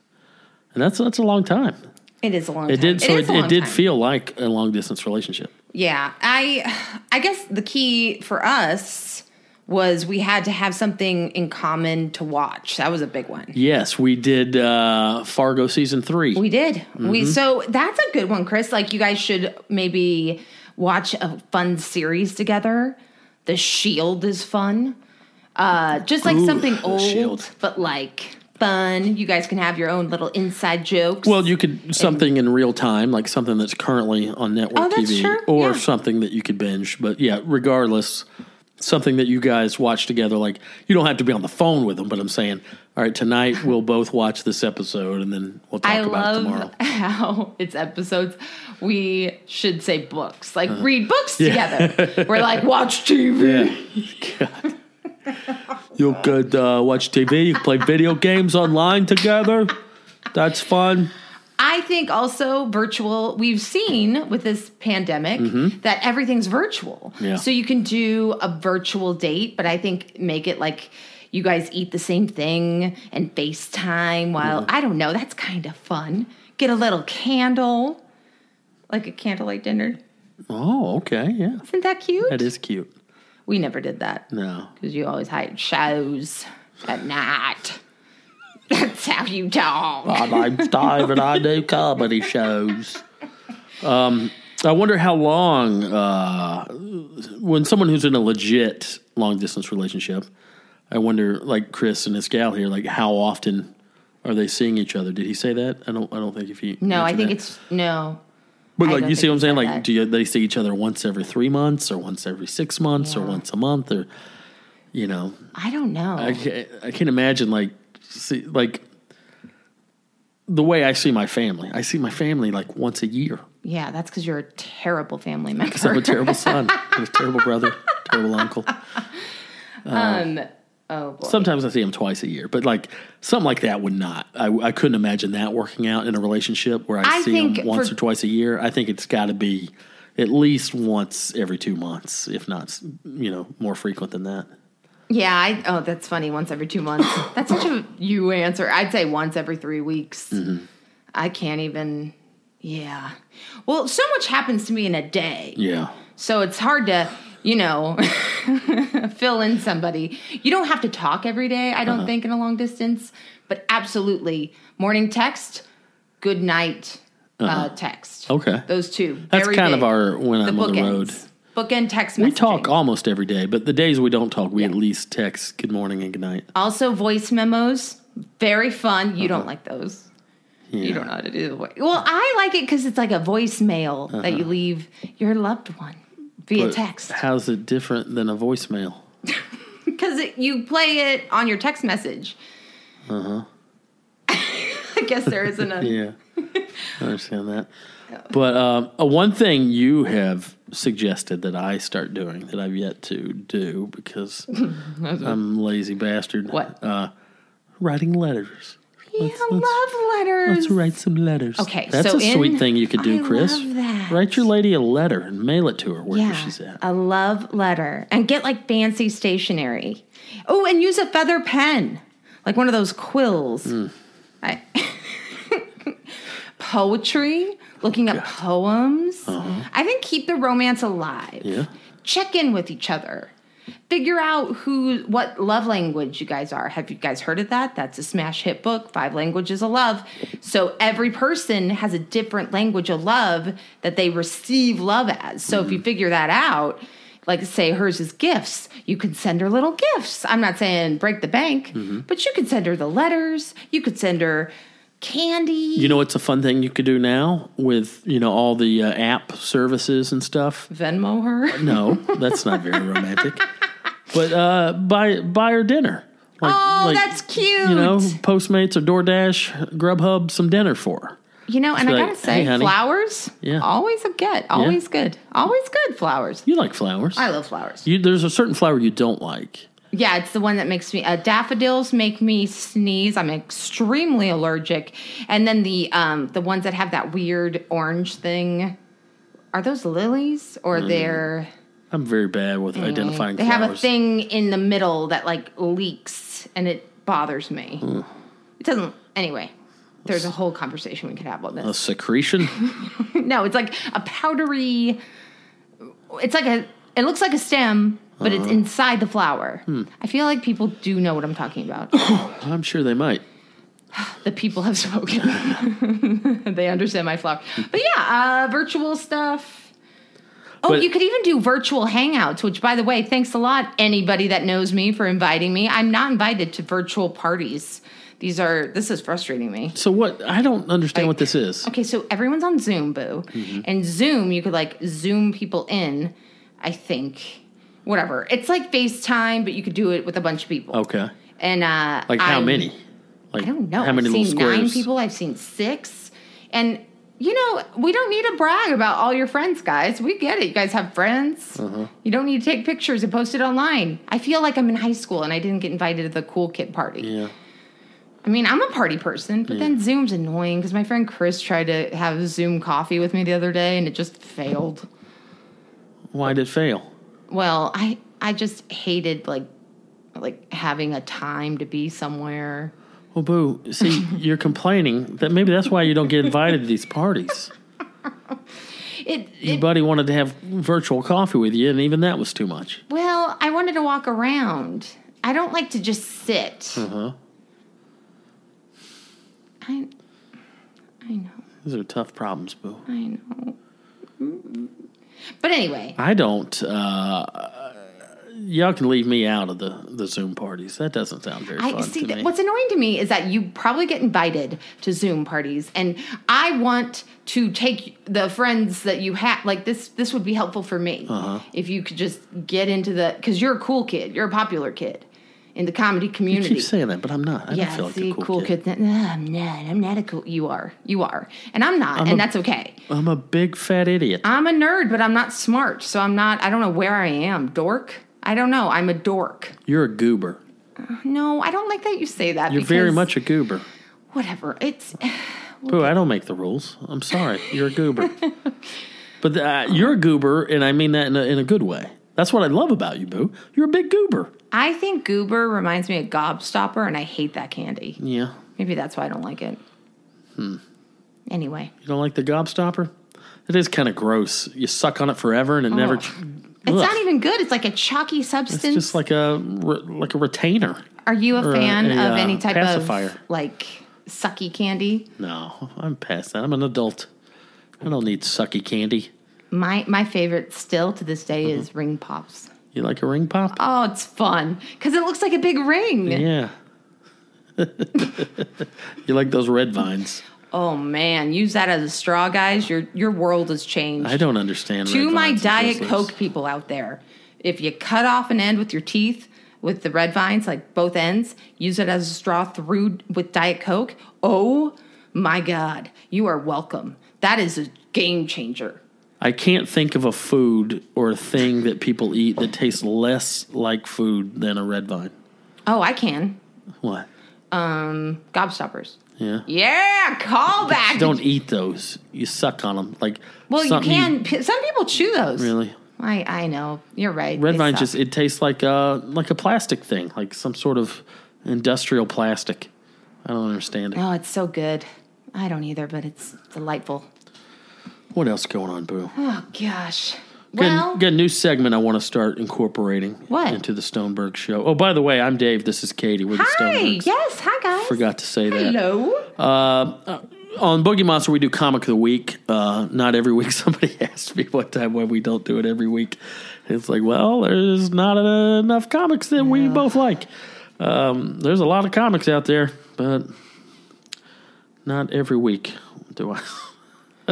Speaker 1: And that's, that's a long time.
Speaker 2: It is a long
Speaker 1: It
Speaker 2: time.
Speaker 1: did. So
Speaker 2: is
Speaker 1: it,
Speaker 2: a
Speaker 1: it,
Speaker 2: long
Speaker 1: did
Speaker 2: time.
Speaker 1: feel like a long distance relationship.
Speaker 2: Yeah. I I guess the key for us was we had to have something in common to watch. That was a big one.
Speaker 1: Yes, we did uh, Fargo season three.
Speaker 2: We did.
Speaker 1: Mm-hmm.
Speaker 2: We so that's a good one, Chris. Like you guys should maybe watch a fun series together. The Shield is fun. Uh just like
Speaker 1: Ooh,
Speaker 2: something
Speaker 1: The
Speaker 2: old
Speaker 1: Shield.
Speaker 2: but like fun. You guys can have your own little inside jokes.
Speaker 1: well, you could something in real time, like something that's currently on network
Speaker 2: Oh, that's
Speaker 1: TV,
Speaker 2: true,
Speaker 1: or
Speaker 2: yeah.
Speaker 1: something that you could binge. But yeah, regardless, something that you guys watch together. Like you don't have to be on the phone with them, but I'm saying, all right, tonight we'll both watch this episode, and then we'll talk
Speaker 2: I
Speaker 1: about it tomorrow.
Speaker 2: love how it's episodes. We should say books, like
Speaker 1: Uh-huh.
Speaker 2: read books together. We're like watch TV.
Speaker 1: You could uh, watch TV, you could play video games online together. That's fun.
Speaker 2: I think also virtual, we've seen with this pandemic that everything's virtual.
Speaker 1: Mm-hmm. Yeah.
Speaker 2: So you can do a virtual date, but I think make it like you guys eat the same thing and FaceTime while
Speaker 1: Mm-hmm.
Speaker 2: I don't know, that's kind of fun. Get a little candle, like a candlelight dinner.
Speaker 1: Oh, okay, yeah,
Speaker 2: Isn't that cute?
Speaker 1: that is cute.
Speaker 2: We never did that
Speaker 1: No.
Speaker 2: because you always hide shows at night. That's how you talk.
Speaker 1: I like Steve and I do comedy shows. Um, I wonder how long uh, when someone who's in a legit long distance relationship, I wonder like Chris and this gal here, like how often are they seeing each other? Did he say that? I don't. I don't think if he.
Speaker 2: no, I
Speaker 1: mentioned
Speaker 2: think
Speaker 1: that.
Speaker 2: it's no.
Speaker 1: But
Speaker 2: I
Speaker 1: like
Speaker 2: don't
Speaker 1: you see
Speaker 2: think
Speaker 1: what I'm
Speaker 2: he
Speaker 1: saying?
Speaker 2: said
Speaker 1: Like
Speaker 2: that.
Speaker 1: do you, they see each other once every three months or once every six months or
Speaker 2: Yeah.
Speaker 1: once a month or you know
Speaker 2: I don't know.
Speaker 1: I can't, I can't imagine like see like the way I see my family. I see my family like once a year.
Speaker 2: Yeah, that's because you're a terrible family member.
Speaker 1: Because I'm a terrible son, I'm a terrible brother, terrible uncle. Uh,
Speaker 2: oh boy.
Speaker 1: Sometimes I see him twice a year, but like something like that would not. I, I couldn't imagine that working out in a relationship where I,
Speaker 2: I
Speaker 1: see him
Speaker 2: think
Speaker 1: once
Speaker 2: for-
Speaker 1: or twice a year. I think it's got to be at least once every two months, if not you know more frequent than that.
Speaker 2: yeah, I, oh, that's funny. Once every two months. That's
Speaker 1: Mm-hmm.
Speaker 2: such a you answer. I'd say once every three weeks. I can't even. Yeah. Well, so much happens to me in a day.
Speaker 1: Yeah.
Speaker 2: So it's hard to, you know, fill in somebody. You don't have to talk every day,
Speaker 1: Uh-huh.
Speaker 2: I don't think, in a long distance, but absolutely. Morning text, good night uh text.
Speaker 1: Uh-huh. Okay.
Speaker 2: Those two.
Speaker 1: That's
Speaker 2: very
Speaker 1: kind
Speaker 2: big.
Speaker 1: of our when
Speaker 2: the
Speaker 1: I'm on the
Speaker 2: bookends.
Speaker 1: road.
Speaker 2: Bookend text
Speaker 1: We
Speaker 2: messaging.
Speaker 1: talk almost every day, but the days we don't talk, we at least text good morning and good night.
Speaker 2: Also, voice memos, very fun. You
Speaker 1: Uh-huh.
Speaker 2: don't like those. You don't know how to do the voice. Well, I like it because it's like a voicemail that you leave your loved one via
Speaker 1: Uh-huh. But
Speaker 2: text.
Speaker 1: How's it different than a voicemail?
Speaker 2: Because you play it on your text message. Uh huh. I guess there isn't a.
Speaker 1: Uh-huh. Yeah, I understand that. But um, uh, one thing you have suggested that I start doing that I've yet to do because I'm a lazy bastard.
Speaker 2: What?
Speaker 1: Uh, writing letters.
Speaker 2: Yeah,
Speaker 1: Let's- let's-
Speaker 2: love letters.
Speaker 1: Let's write some letters.
Speaker 2: Okay,
Speaker 1: that's
Speaker 2: so
Speaker 1: a sweet
Speaker 2: in-
Speaker 1: thing you could do,
Speaker 2: I
Speaker 1: Chris.
Speaker 2: love that.
Speaker 1: Write your lady a letter and mail it to her wherever
Speaker 2: Yeah,
Speaker 1: she's at.
Speaker 2: a love letter and get like fancy stationery. Oh, and use a feather pen, like one of those quills.
Speaker 1: Hmm.
Speaker 2: I, Poetry, looking up poems. I think keep the romance alive.
Speaker 1: Yeah.
Speaker 2: Check in with each other. Figure out who, what love language you guys are. Have you guys heard of that? That's a smash hit book, Five Languages of Love. So every person has a different language of love that they receive love as. So if you figure that out, like say hers is gifts, you can send her little gifts. I'm not saying break the bank, but you could send her the letters, you could send her candy.
Speaker 1: You know, it's a fun thing you could do now with you know all the uh, app services and stuff.
Speaker 2: Venmo her.
Speaker 1: No, that's not very romantic. But uh, buy buy her dinner. Like,
Speaker 2: Oh, that's cute.
Speaker 1: You know, Postmates or DoorDash, Grubhub, some dinner for her.
Speaker 2: You know, and
Speaker 1: It's
Speaker 2: I
Speaker 1: like,
Speaker 2: gotta
Speaker 1: hey,
Speaker 2: say,
Speaker 1: honey.
Speaker 2: flowers,
Speaker 1: Yeah.
Speaker 2: always a get, always good, always good flowers.
Speaker 1: You like flowers?
Speaker 2: I love flowers.
Speaker 1: you, there's a certain flower you don't like.
Speaker 2: Yeah, it's the one that makes me. Uh, daffodils make me sneeze. I'm extremely allergic. And then the um the ones that have that weird orange thing, are those lilies or they're
Speaker 1: I'm very bad with identifying.
Speaker 2: they
Speaker 1: Mm-hmm. flowers.
Speaker 2: have a thing in the middle that like leaks and it bothers me.
Speaker 1: Mm.
Speaker 2: It doesn't. Anyway, there's a whole conversation we could have on this.
Speaker 1: A secretion.
Speaker 2: No, it's like a powdery. It's like a. It looks like a stem, but it's inside the flower. I feel like people do know what I'm talking about.
Speaker 1: I'm sure they might.
Speaker 2: the people have spoken. they understand my flower. But yeah, uh, virtual stuff. Oh,
Speaker 1: But-
Speaker 2: you could even do virtual hangouts, which, by the way, thanks a lot, anybody that knows me for inviting me. I'm not invited to virtual parties. These are, this is frustrating me.
Speaker 1: So what? I don't understand what
Speaker 2: Like-
Speaker 1: this is.
Speaker 2: Okay, so everyone's on Zoom, boo.
Speaker 1: Mm-hmm.
Speaker 2: And Zoom, you could like Zoom people in, I think. Whatever. It's like FaceTime, but you could do it with a bunch of people.
Speaker 1: Okay.
Speaker 2: And uh
Speaker 1: Oh. Like how
Speaker 2: I'm-
Speaker 1: many? Like
Speaker 2: I don't know.
Speaker 1: How many
Speaker 2: I've
Speaker 1: little
Speaker 2: seen
Speaker 1: squares?
Speaker 2: nine people, I've seen six. And you know, we don't need to brag about all your friends, guys. We get it. You guys have friends.
Speaker 1: Uh-huh.
Speaker 2: You don't need to take pictures and post it online. I feel like I'm in high school and I didn't get invited to the cool kid party.
Speaker 1: Yeah.
Speaker 2: I mean, I'm a party person, but then Zoom's annoying because my friend Chris tried to have Zoom coffee with me the other day and it just failed.
Speaker 1: Why did it fail?
Speaker 2: Well, I I just hated like like having a time to be somewhere.
Speaker 1: Well, boo. See, you're complaining that maybe that's why you don't get invited to these parties.
Speaker 2: It,
Speaker 1: Your
Speaker 2: it
Speaker 1: buddy wanted to have virtual coffee with you, and even that was too much.
Speaker 2: well, I wanted to walk around. I don't like to just sit. I I know.
Speaker 1: These are tough problems, boo.
Speaker 2: I know. But anyway,
Speaker 1: I don't. Uh, y'all can leave me out of the, the Zoom parties. That doesn't sound very
Speaker 2: I
Speaker 1: fun
Speaker 2: see.
Speaker 1: to
Speaker 2: That,
Speaker 1: me.
Speaker 2: what's annoying to me is that you probably get invited to Zoom parties, and I want to take the friends that you have. Like this, this would be helpful for me
Speaker 1: Uh-huh.
Speaker 2: if you could just get into the because you're a cool kid, you're a popular kid in the comedy
Speaker 1: you
Speaker 2: community.
Speaker 1: keep saying that, but I'm not. I
Speaker 2: yeah,
Speaker 1: don't feel like
Speaker 2: see,
Speaker 1: a cool, kid.
Speaker 2: kid. No, I'm not. I'm not a cool. You are. You are, and I'm not, and
Speaker 1: a-
Speaker 2: that's okay.
Speaker 1: I'm a big fat idiot.
Speaker 2: I'm a nerd, but I'm not smart, so I'm not. I don't know where I am, dork. I don't know. I'm a dork.
Speaker 1: You're a goober.
Speaker 2: No, I don't like that you say that.
Speaker 1: You're very
Speaker 2: because-
Speaker 1: much a goober.
Speaker 2: whatever. It's
Speaker 1: Boo, I don't make the rules. I'm sorry. You're a goober. but uh, you're a goober, and I mean that in a, in a good way. That's what I love about you, Boo. You're a big goober.
Speaker 2: I think goober reminds me of gobstopper, and I hate that candy.
Speaker 1: Yeah. Hmm.
Speaker 2: Maybe that's why I don't like it. Anyway,
Speaker 1: You don't like the gobstopper? It is kind of gross. You suck on it forever and it
Speaker 2: Oh,
Speaker 1: never. Ch-
Speaker 2: it's
Speaker 1: Ugh.
Speaker 2: not even good. It's like a chalky
Speaker 1: It's
Speaker 2: substance.
Speaker 1: just like a re- like a retainer.
Speaker 2: Are you a
Speaker 1: or a-
Speaker 2: fan
Speaker 1: a,
Speaker 2: of
Speaker 1: uh,
Speaker 2: any type
Speaker 1: pacifier.
Speaker 2: of like sucky candy?
Speaker 1: No, I'm past that. I'm an adult. I don't need sucky candy.
Speaker 2: My my favorite still to this day is
Speaker 1: Mm-hmm.
Speaker 2: ring pops.
Speaker 1: You like a ring pop?
Speaker 2: Oh, it's fun because it looks like a big ring.
Speaker 1: Yeah. you like those red vines?
Speaker 2: Oh man, use that as a straw, guys. Your your world has changed.
Speaker 1: I don't understand.
Speaker 2: to
Speaker 1: red
Speaker 2: my
Speaker 1: vines and
Speaker 2: Diet
Speaker 1: Twizzlers.
Speaker 2: Coke people out there, if you cut off an end with your teeth with the red vines, like both ends, use it as a straw through with Diet Coke. Oh my God, you are welcome. That is a game changer.
Speaker 1: I can't think of a food or a thing that people eat that tastes less like food than a red vine.
Speaker 2: Oh, I can.
Speaker 1: What?
Speaker 2: Um, gobstoppers.
Speaker 1: Yeah.
Speaker 2: Yeah, callback.
Speaker 1: Don't eat those. You suck on them. Like
Speaker 2: well, you
Speaker 1: something
Speaker 2: can. p Some people chew those.
Speaker 1: really.
Speaker 2: I I know. You're right.
Speaker 1: Red
Speaker 2: They
Speaker 1: vine
Speaker 2: suck.
Speaker 1: just it tastes like a like a plastic thing, like some sort of industrial plastic. I don't understand it.
Speaker 2: Oh, it's so good. I don't either, but it's delightful.
Speaker 1: What else going on, Boo?
Speaker 2: Oh gosh.
Speaker 1: Got,
Speaker 2: Well,
Speaker 1: got a new segment I want to start incorporating
Speaker 2: What?
Speaker 1: into the Stoneberg show. Oh, by the way, I'm Dave. This is Katie. We're the
Speaker 2: hi.
Speaker 1: Stonebergs.
Speaker 2: Yes, hi guys.
Speaker 1: Forgot to say that.
Speaker 2: Hello.
Speaker 1: Uh, on Boogie Monster, we do comic of the week. Uh, not every week. Somebody asked me one time why we don't do it every week. It's like, well, there's not enough comics that we both like. Um, there's a lot of comics out there, but not every week do I.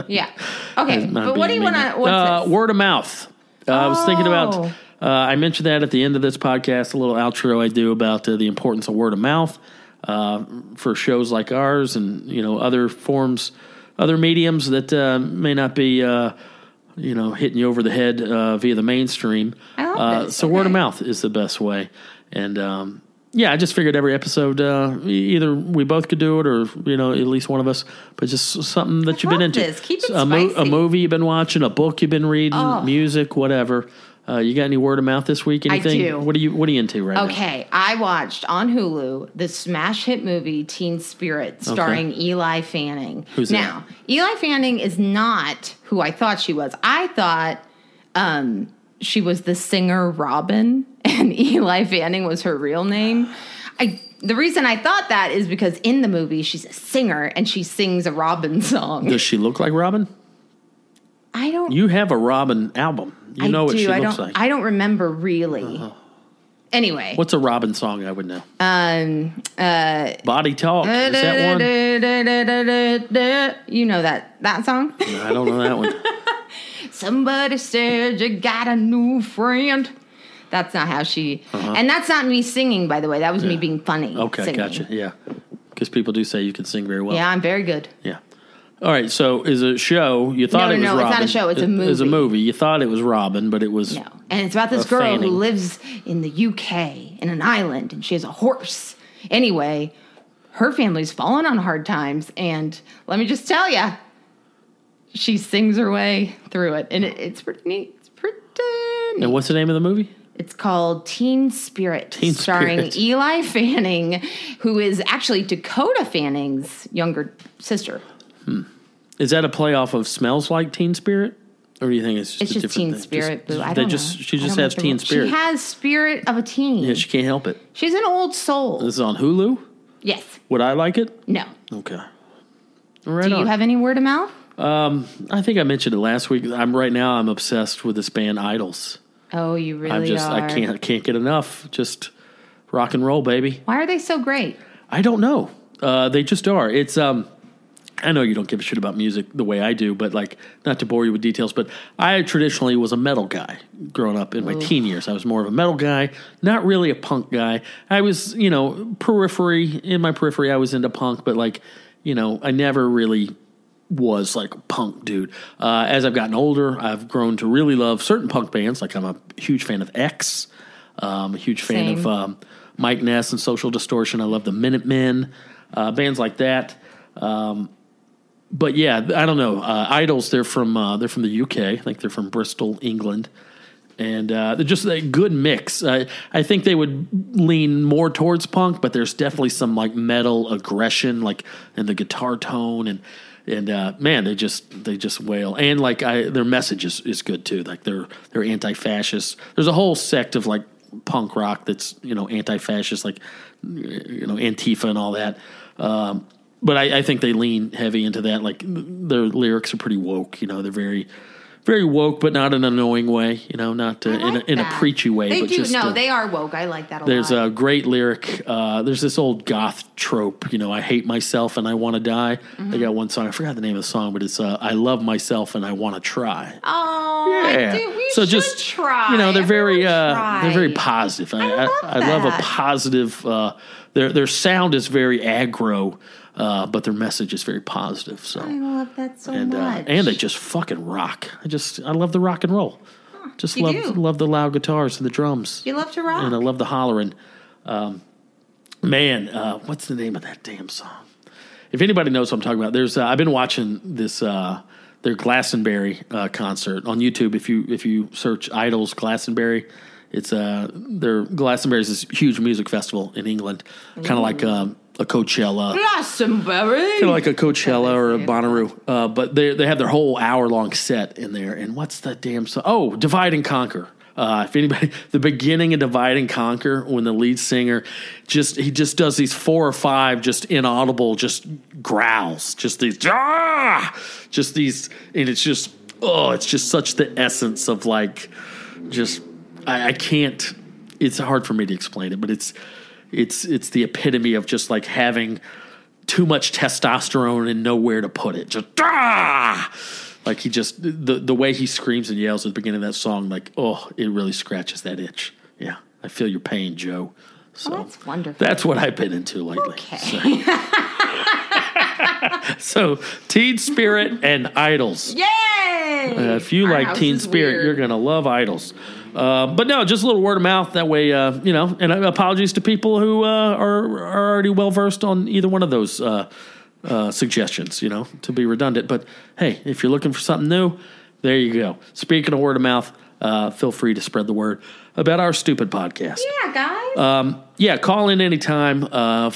Speaker 2: yeah. Okay.
Speaker 1: I'm
Speaker 2: But what do
Speaker 1: being
Speaker 2: you
Speaker 1: mean.
Speaker 2: want to? What's
Speaker 1: uh,
Speaker 2: this?
Speaker 1: word of mouth? Uh, I was thinking about.
Speaker 2: Oh.
Speaker 1: Uh, I mentioned that at the end of this podcast, a little outro I do about uh, the importance of word of mouth uh, for shows like ours and you know other forms, other mediums that uh, may not be uh, you know hitting you over the head uh, via the mainstream.
Speaker 2: I love
Speaker 1: uh,
Speaker 2: this.
Speaker 1: So word of
Speaker 2: Okay.
Speaker 1: mouth is the best way, and. Um, yeah, I just figured every episode, uh, e- either we both could do it, or you know, at least one of us. But just something that you've been
Speaker 2: love
Speaker 1: into.
Speaker 2: this. Keep it
Speaker 1: a, mo- a
Speaker 2: spicy.
Speaker 1: movie you've been watching, a book you've been reading,
Speaker 2: Oh.
Speaker 1: music, whatever. Uh, you got any word of mouth this week? Anything?
Speaker 2: do.
Speaker 1: What are you What are you into right now?
Speaker 2: Okay, I watched on Hulu the smash hit movie Teen Spirit starring Eli Fanning.
Speaker 1: Who's that?
Speaker 2: now, Eli Fanning is not who I thought she was. I thought um, she was the singer Robin, and Eli Fanning was her real name. I the reason I thought that is because in the movie she's a singer and she sings a Robin song.
Speaker 1: Does she look like Robin?
Speaker 2: I don't
Speaker 1: You have a Robin album. You
Speaker 2: I
Speaker 1: know what
Speaker 2: do,
Speaker 1: she
Speaker 2: I
Speaker 1: looks
Speaker 2: don't,
Speaker 1: like. Uh-huh.
Speaker 2: I don't remember really. Anyway,
Speaker 1: What's a Robin song? I would know.
Speaker 2: um,
Speaker 1: Body Talk is that one?
Speaker 2: You know that that song?
Speaker 1: I don't know that one.
Speaker 2: Somebody said you got a new friend. That's not how she. And that's not me singing, by the way. That was me being funny.
Speaker 1: Uh-huh. Okay,
Speaker 2: singing.
Speaker 1: gotcha. Yeah, because people do say you can sing very well.
Speaker 2: Yeah, I'm very good.
Speaker 1: Yeah. All right. So is a show you thought it
Speaker 2: No, no,
Speaker 1: was
Speaker 2: no, it's
Speaker 1: Robin?
Speaker 2: not a show, it's a
Speaker 1: It- It's a
Speaker 2: movie.
Speaker 1: movie. You thought it was Robin, but it was
Speaker 2: No, and it's about this
Speaker 1: Uh,
Speaker 2: girl
Speaker 1: Fanning.
Speaker 2: who lives in the UK in an island, and she has a horse. Anyway, her family's fallen on hard times, and let me just tell you, she sings her way through it, and it, it's pretty neat. It's pretty. neat.
Speaker 1: And what's the name of the movie?
Speaker 2: It's called Teen Spirit,
Speaker 1: Teen
Speaker 2: starring
Speaker 1: Spirit.
Speaker 2: Eli Fanning, who is actually Dakota Fanning's younger sister.
Speaker 1: Is that a playoff of Smells Like Teen Spirit? Or do you think it's just
Speaker 2: It's
Speaker 1: a
Speaker 2: just
Speaker 1: different
Speaker 2: Teen
Speaker 1: thing?
Speaker 2: Spirit.
Speaker 1: Just-
Speaker 2: boo. I
Speaker 1: they
Speaker 2: don't
Speaker 1: just
Speaker 2: know.
Speaker 1: she
Speaker 2: I
Speaker 1: just
Speaker 2: don't
Speaker 1: has
Speaker 2: like the
Speaker 1: Teen
Speaker 2: word.
Speaker 1: Spirit.
Speaker 2: She has spirit of a teen.
Speaker 1: yeah, she can't help it.
Speaker 2: She's an old soul.
Speaker 1: This is on Hulu.
Speaker 2: yes.
Speaker 1: Would I like it?
Speaker 2: No.
Speaker 1: Okay. Right
Speaker 2: Do you
Speaker 1: on.
Speaker 2: have any word of mouth?
Speaker 1: I think I mentioned it last week. I'm right now. I'm obsessed with this band Idols.
Speaker 2: Oh, you really
Speaker 1: I'm just
Speaker 2: are.
Speaker 1: I can't can't get enough. Just rock and roll, baby.
Speaker 2: Why are they so great?
Speaker 1: I don't know. Uh, they just are. It's um, I know you don't give a shit about music the way I do, but like not to bore you with details, but I traditionally was a metal guy growing up in my teen years. I was more of a metal guy, not really a punk guy. I was, you know, periphery in my periphery. I was into punk, but like, you know, I never really was like a punk dude. Uh, as I've gotten older, I've grown to really love certain punk bands. Like I'm a huge fan of X. Um, a huge fan
Speaker 2: Same.
Speaker 1: of um, Mike Ness and Social Distortion. I love the Minutemen, uh, bands like that. Um, but yeah, I don't know. Uh, Idols, they're from uh, they're from the UK. I think they're from Bristol, England, and uh, they're just a good mix. I I think they would lean more towards punk, but there's definitely some like metal aggression, like in the guitar tone, and and uh, man, they just they just wail. And like I, their message is, is good too. Like they're they're anti-fascist. There's a whole sect of like punk rock that's you know anti-fascist, like you know Antifa and all that. Um, but I, I think they lean heavy into that. Like their lyrics are pretty woke. You know, they're very very woke, but not in an annoying way. You know, not uh,
Speaker 2: I
Speaker 1: in, a,
Speaker 2: like
Speaker 1: in a
Speaker 2: that.
Speaker 1: preachy way.
Speaker 2: They
Speaker 1: but
Speaker 2: do.
Speaker 1: Just,
Speaker 2: no,
Speaker 1: uh,
Speaker 2: they are woke. I like that a
Speaker 1: there's
Speaker 2: lot.
Speaker 1: a great lyric. Uh, there's this old goth trope, you know, I hate myself and I want to die.
Speaker 2: Mm-hmm.
Speaker 1: They got one song. I forgot the name of the song, but it's uh, I love myself and I want to try.
Speaker 2: Oh, dude, we
Speaker 1: so
Speaker 2: should
Speaker 1: just
Speaker 2: try.
Speaker 1: you know, they're very
Speaker 2: Everyone
Speaker 1: uh, they're very
Speaker 2: try.
Speaker 1: positive. I,
Speaker 2: love
Speaker 1: I, I love a
Speaker 2: that.
Speaker 1: positive. Uh, their their sound is very aggro, uh, but their message is very positive. So
Speaker 2: I love that so
Speaker 1: and uh,
Speaker 2: much.
Speaker 1: and they just fucking rock. I just I love the rock and roll. Just
Speaker 2: you
Speaker 1: love
Speaker 2: do.
Speaker 1: love the loud guitars and the drums
Speaker 2: you love to rock.
Speaker 1: and I love the hollering. Um, man, uh, what's the name of that damn song? If anybody knows what I'm talking about, there's uh, I've been watching this uh, their Glastonbury uh, concert on YouTube. If you if you search Idols Glastonbury, it's uh their Glastonbury is this huge music festival in England, kind of like um, a Coachella
Speaker 2: Glastonbury.
Speaker 1: kind of like a Coachella or a Bonnaroo. Uh, but they they have their whole hour long set in there. And what's the damn song? Oh, Divide and Conquer. Uh, if anybody, the beginning of Divide and Conquer, when the lead singer just he just does these four or five just inaudible just growls, just these ah, just these, and it's just oh, it's just such the essence of like just I, I can't it's hard for me to explain it but it's it's it's the epitome of just like having too much testosterone and nowhere to put it just ah! like he just the the way he screams and yells at the beginning of that song like oh it really scratches that itch yeah i feel your pain joe so
Speaker 2: Oh, That's wonderful.
Speaker 1: that's what I've been into lately.
Speaker 2: Okay.
Speaker 1: So, Teen Spirit and Idols.
Speaker 2: Yay!
Speaker 1: Uh, if you
Speaker 2: Our
Speaker 1: like
Speaker 2: house
Speaker 1: Teen
Speaker 2: is
Speaker 1: Spirit,
Speaker 2: weird.
Speaker 1: you're gonna love Idols. Uh, but no, just a little word of mouth. That way, uh, you know. And uh, apologies to people who uh, are are already well versed on either one of those uh, uh, suggestions. You know, to be redundant. But hey, if you're looking for something new, there you go. Speaking of word of mouth, uh, feel free to spread the word about our stupid podcast.
Speaker 2: Yeah, guys.
Speaker 1: Um, yeah, call in anytime, uh,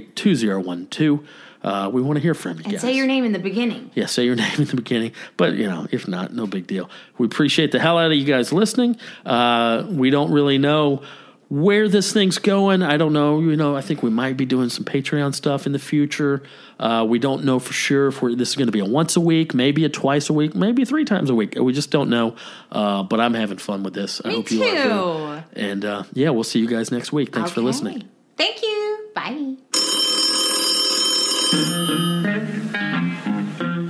Speaker 1: 562-548-2012. Uh, we want to hear from you
Speaker 2: and
Speaker 1: guys.
Speaker 2: say your name in the beginning.
Speaker 1: Yeah, say your name in the beginning. But, you know, if not, no big deal. We appreciate the hell out of you guys listening. Uh, we don't really know where this thing's going. I don't know. You know, I think we might be doing some Patreon stuff in the future. Uh, we don't know for sure if we're, this is going to be a once a week, maybe a twice a week, maybe three times a week. We just don't know. Uh, but I'm having fun with this. I
Speaker 2: Me
Speaker 1: hope you are too.
Speaker 2: too.
Speaker 1: And uh, yeah, we'll see you guys next week. Thanks for
Speaker 2: Okay.
Speaker 1: listening.
Speaker 2: Thank you. Bye.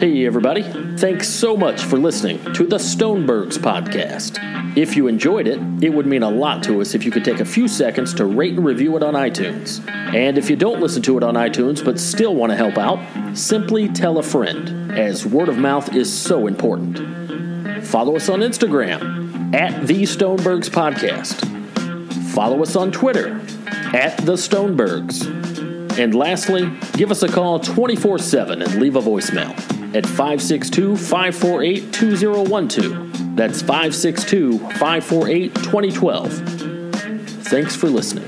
Speaker 1: Hey, everybody. Thanks so much for listening to the Stonebergs podcast. If you enjoyed it, it would mean a lot to us if you could take a few seconds to rate and review it on iTunes. And if you don't listen to it on iTunes but still want to help out, simply tell a friend, as word of mouth is so important. Follow us on Instagram at the Stonebergs podcast. Follow us on Twitter at the Stonebergs. And lastly, give us a call 24 7 and leave a voicemail at 562 548 2012. That's 562 548 2012. Thanks for listening.